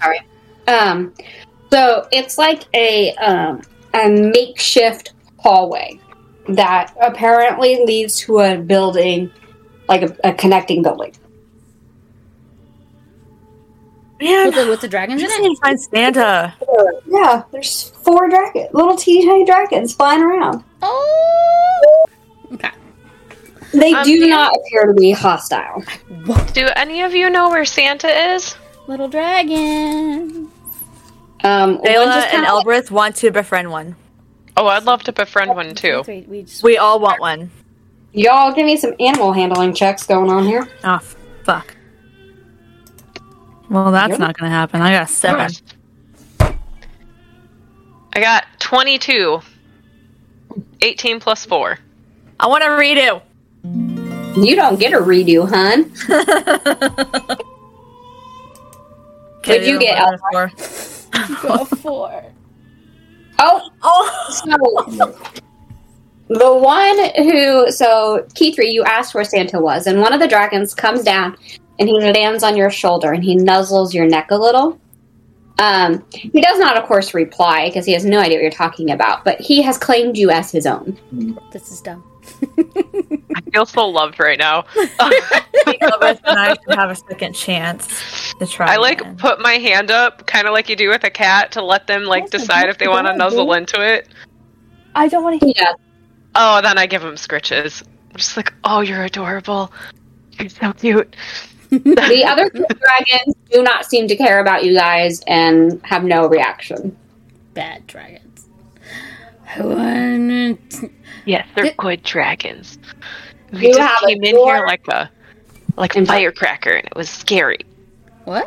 S4: sorry um so it's like a um a makeshift hallway that apparently leads to a building like a, a connecting building
S7: Man,
S3: With the, with the dragons
S7: I
S3: in
S7: just
S3: it?
S7: need to find Santa.
S4: Yeah, there's four dragon, little teeny tiny dragons flying around.
S3: Oh! Okay.
S4: They
S1: Um,
S4: do
S1: yeah.
S4: not appear to be hostile.
S1: Do any of you know where Santa is?
S3: Little dragon.
S4: Um, one
S7: Zayla
S4: just
S7: and
S4: kinda-
S7: Elbreth want to befriend one.
S1: Oh, I'd love to befriend one too.
S3: We, we just,
S7: We all want one.
S4: y'all give me some animal handling checks going on here.
S7: Oh, f- fuck.
S6: Well, that's not gonna happen. I got a seven.
S1: I got 22. 18 plus 4.
S7: I want to redo.
S4: You don't get a redo, hun. What'd you get, Elbreth?
S7: Elbreth?
S3: go for.
S4: Oh,
S7: Oh,
S4: so the one who, so Keithry, you asked where Santa was, and one of the dragons comes down and he lands on your shoulder and he nuzzles your neck a little. Um, he does not, of course, reply because he has no idea what you're talking about, but he has claimed you as his own.
S3: This is dumb.
S1: I feel so loved right now.
S2: Elizabeth and I should have a second chance to try.
S1: I like
S2: again.
S1: put my hand up, kind of like you do with a cat, to let them like decide if they want to nuzzle into it.
S9: I don't want to
S4: Yeah.
S1: Oh, then I give them scritches. I'm just like, oh, you're adorable. You're so cute.
S4: The [LAUGHS] other two dragons do not seem to care about you guys and have no reaction.
S3: Bad dragons. I want to
S1: Yes, they're good dragons. We
S4: You
S1: just
S4: have a
S1: came in
S4: door-
S1: here like a like a
S4: And-
S1: firecracker, and it was scary.
S3: What?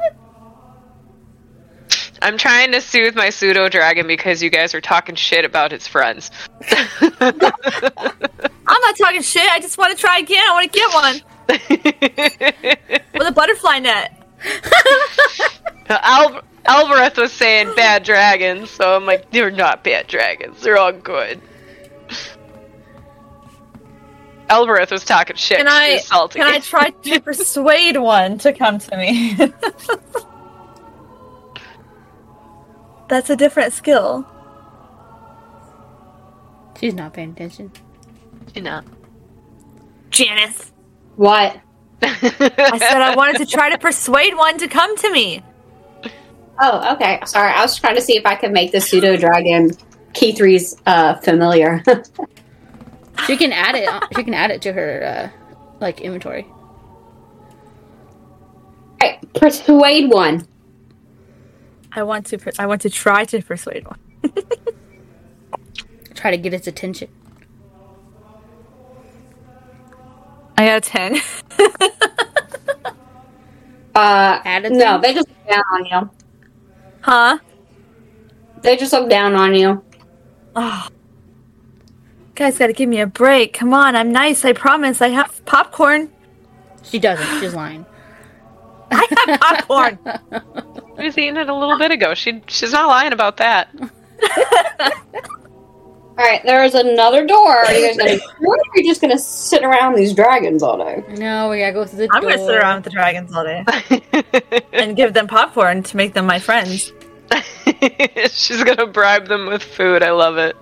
S1: I'm trying to soothe my pseudo dragon because you guys are talking shit about his friends. [LAUGHS]
S2: I'm not talking shit. I just want to try again. I want to get one with a butterfly net.
S1: Al- Alvarez was saying bad dragons, so I'm like, they're not bad dragons. They're all good. Alvarez was talking shit.
S2: Can
S1: She
S2: I?
S1: was salty.
S2: Can I
S1: [LAUGHS]
S2: try to persuade one to come to me? [LAUGHS] That's a different skill.
S3: She's not paying attention.
S1: You know.
S2: Janice.
S4: What?
S2: I said I wanted to try to persuade one to come to me.
S4: Oh, okay. Sorry, I was trying to see if I could make the pseudo dragon key threes uh, familiar. [LAUGHS]
S3: She can add it. uh, She can add it to her uh, like inventory.
S4: right, persuade one.
S2: I want to. Per- I want to try to persuade one.
S3: Try to get its attention.
S2: I got a ten. [LAUGHS]
S4: Uh,
S3: Add it.
S4: no, they just look down on you.
S2: huh?
S4: They just look down on you.
S2: Guys, gotta give me a break. Come on, I'm nice. I promise. I have popcorn.
S3: She doesn't. She's lying.
S2: I [LAUGHS] have popcorn.
S1: She was eating it a little bit ago. She she's not lying about that. [LAUGHS]
S4: All right, there is another door. Are you guys gonna? What are you just gonna sit around these dragons all day?
S3: No, we gotta go through the
S2: I'm
S3: door.
S2: gonna sit around with the dragons all day and give them popcorn to make them my [LAUGHS] friends.
S1: she's gonna bribe them with food. I love it.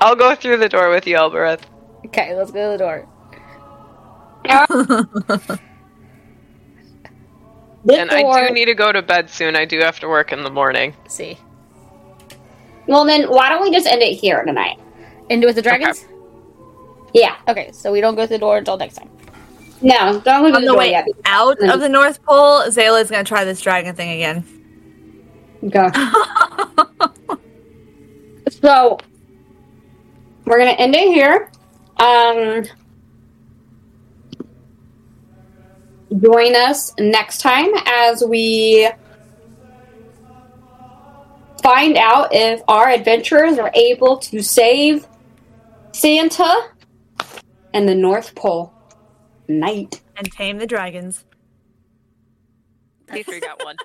S1: I'll go through the door with you, Alvarez.
S3: Okay, let's go to the door.
S4: This
S1: And I
S4: door.
S1: do need to go to bed soon. I do have to work in the morning.
S3: see.
S4: well, then why don't we just end it here tonight?
S3: And with the dragons.
S4: Yeah.
S3: Okay. so we don't go through the door until next time.
S4: No, don't leave
S2: On
S4: the
S2: the
S4: door
S2: way
S4: yet.
S2: out of the North Pole, Zayla's gonna try this dragon thing again.
S4: Go. so we're gonna end it here. Um, join us next time as we find out if our adventurers are able to save Santa and the North Pole. Night.
S2: and tame the dragons.
S1: You three got one.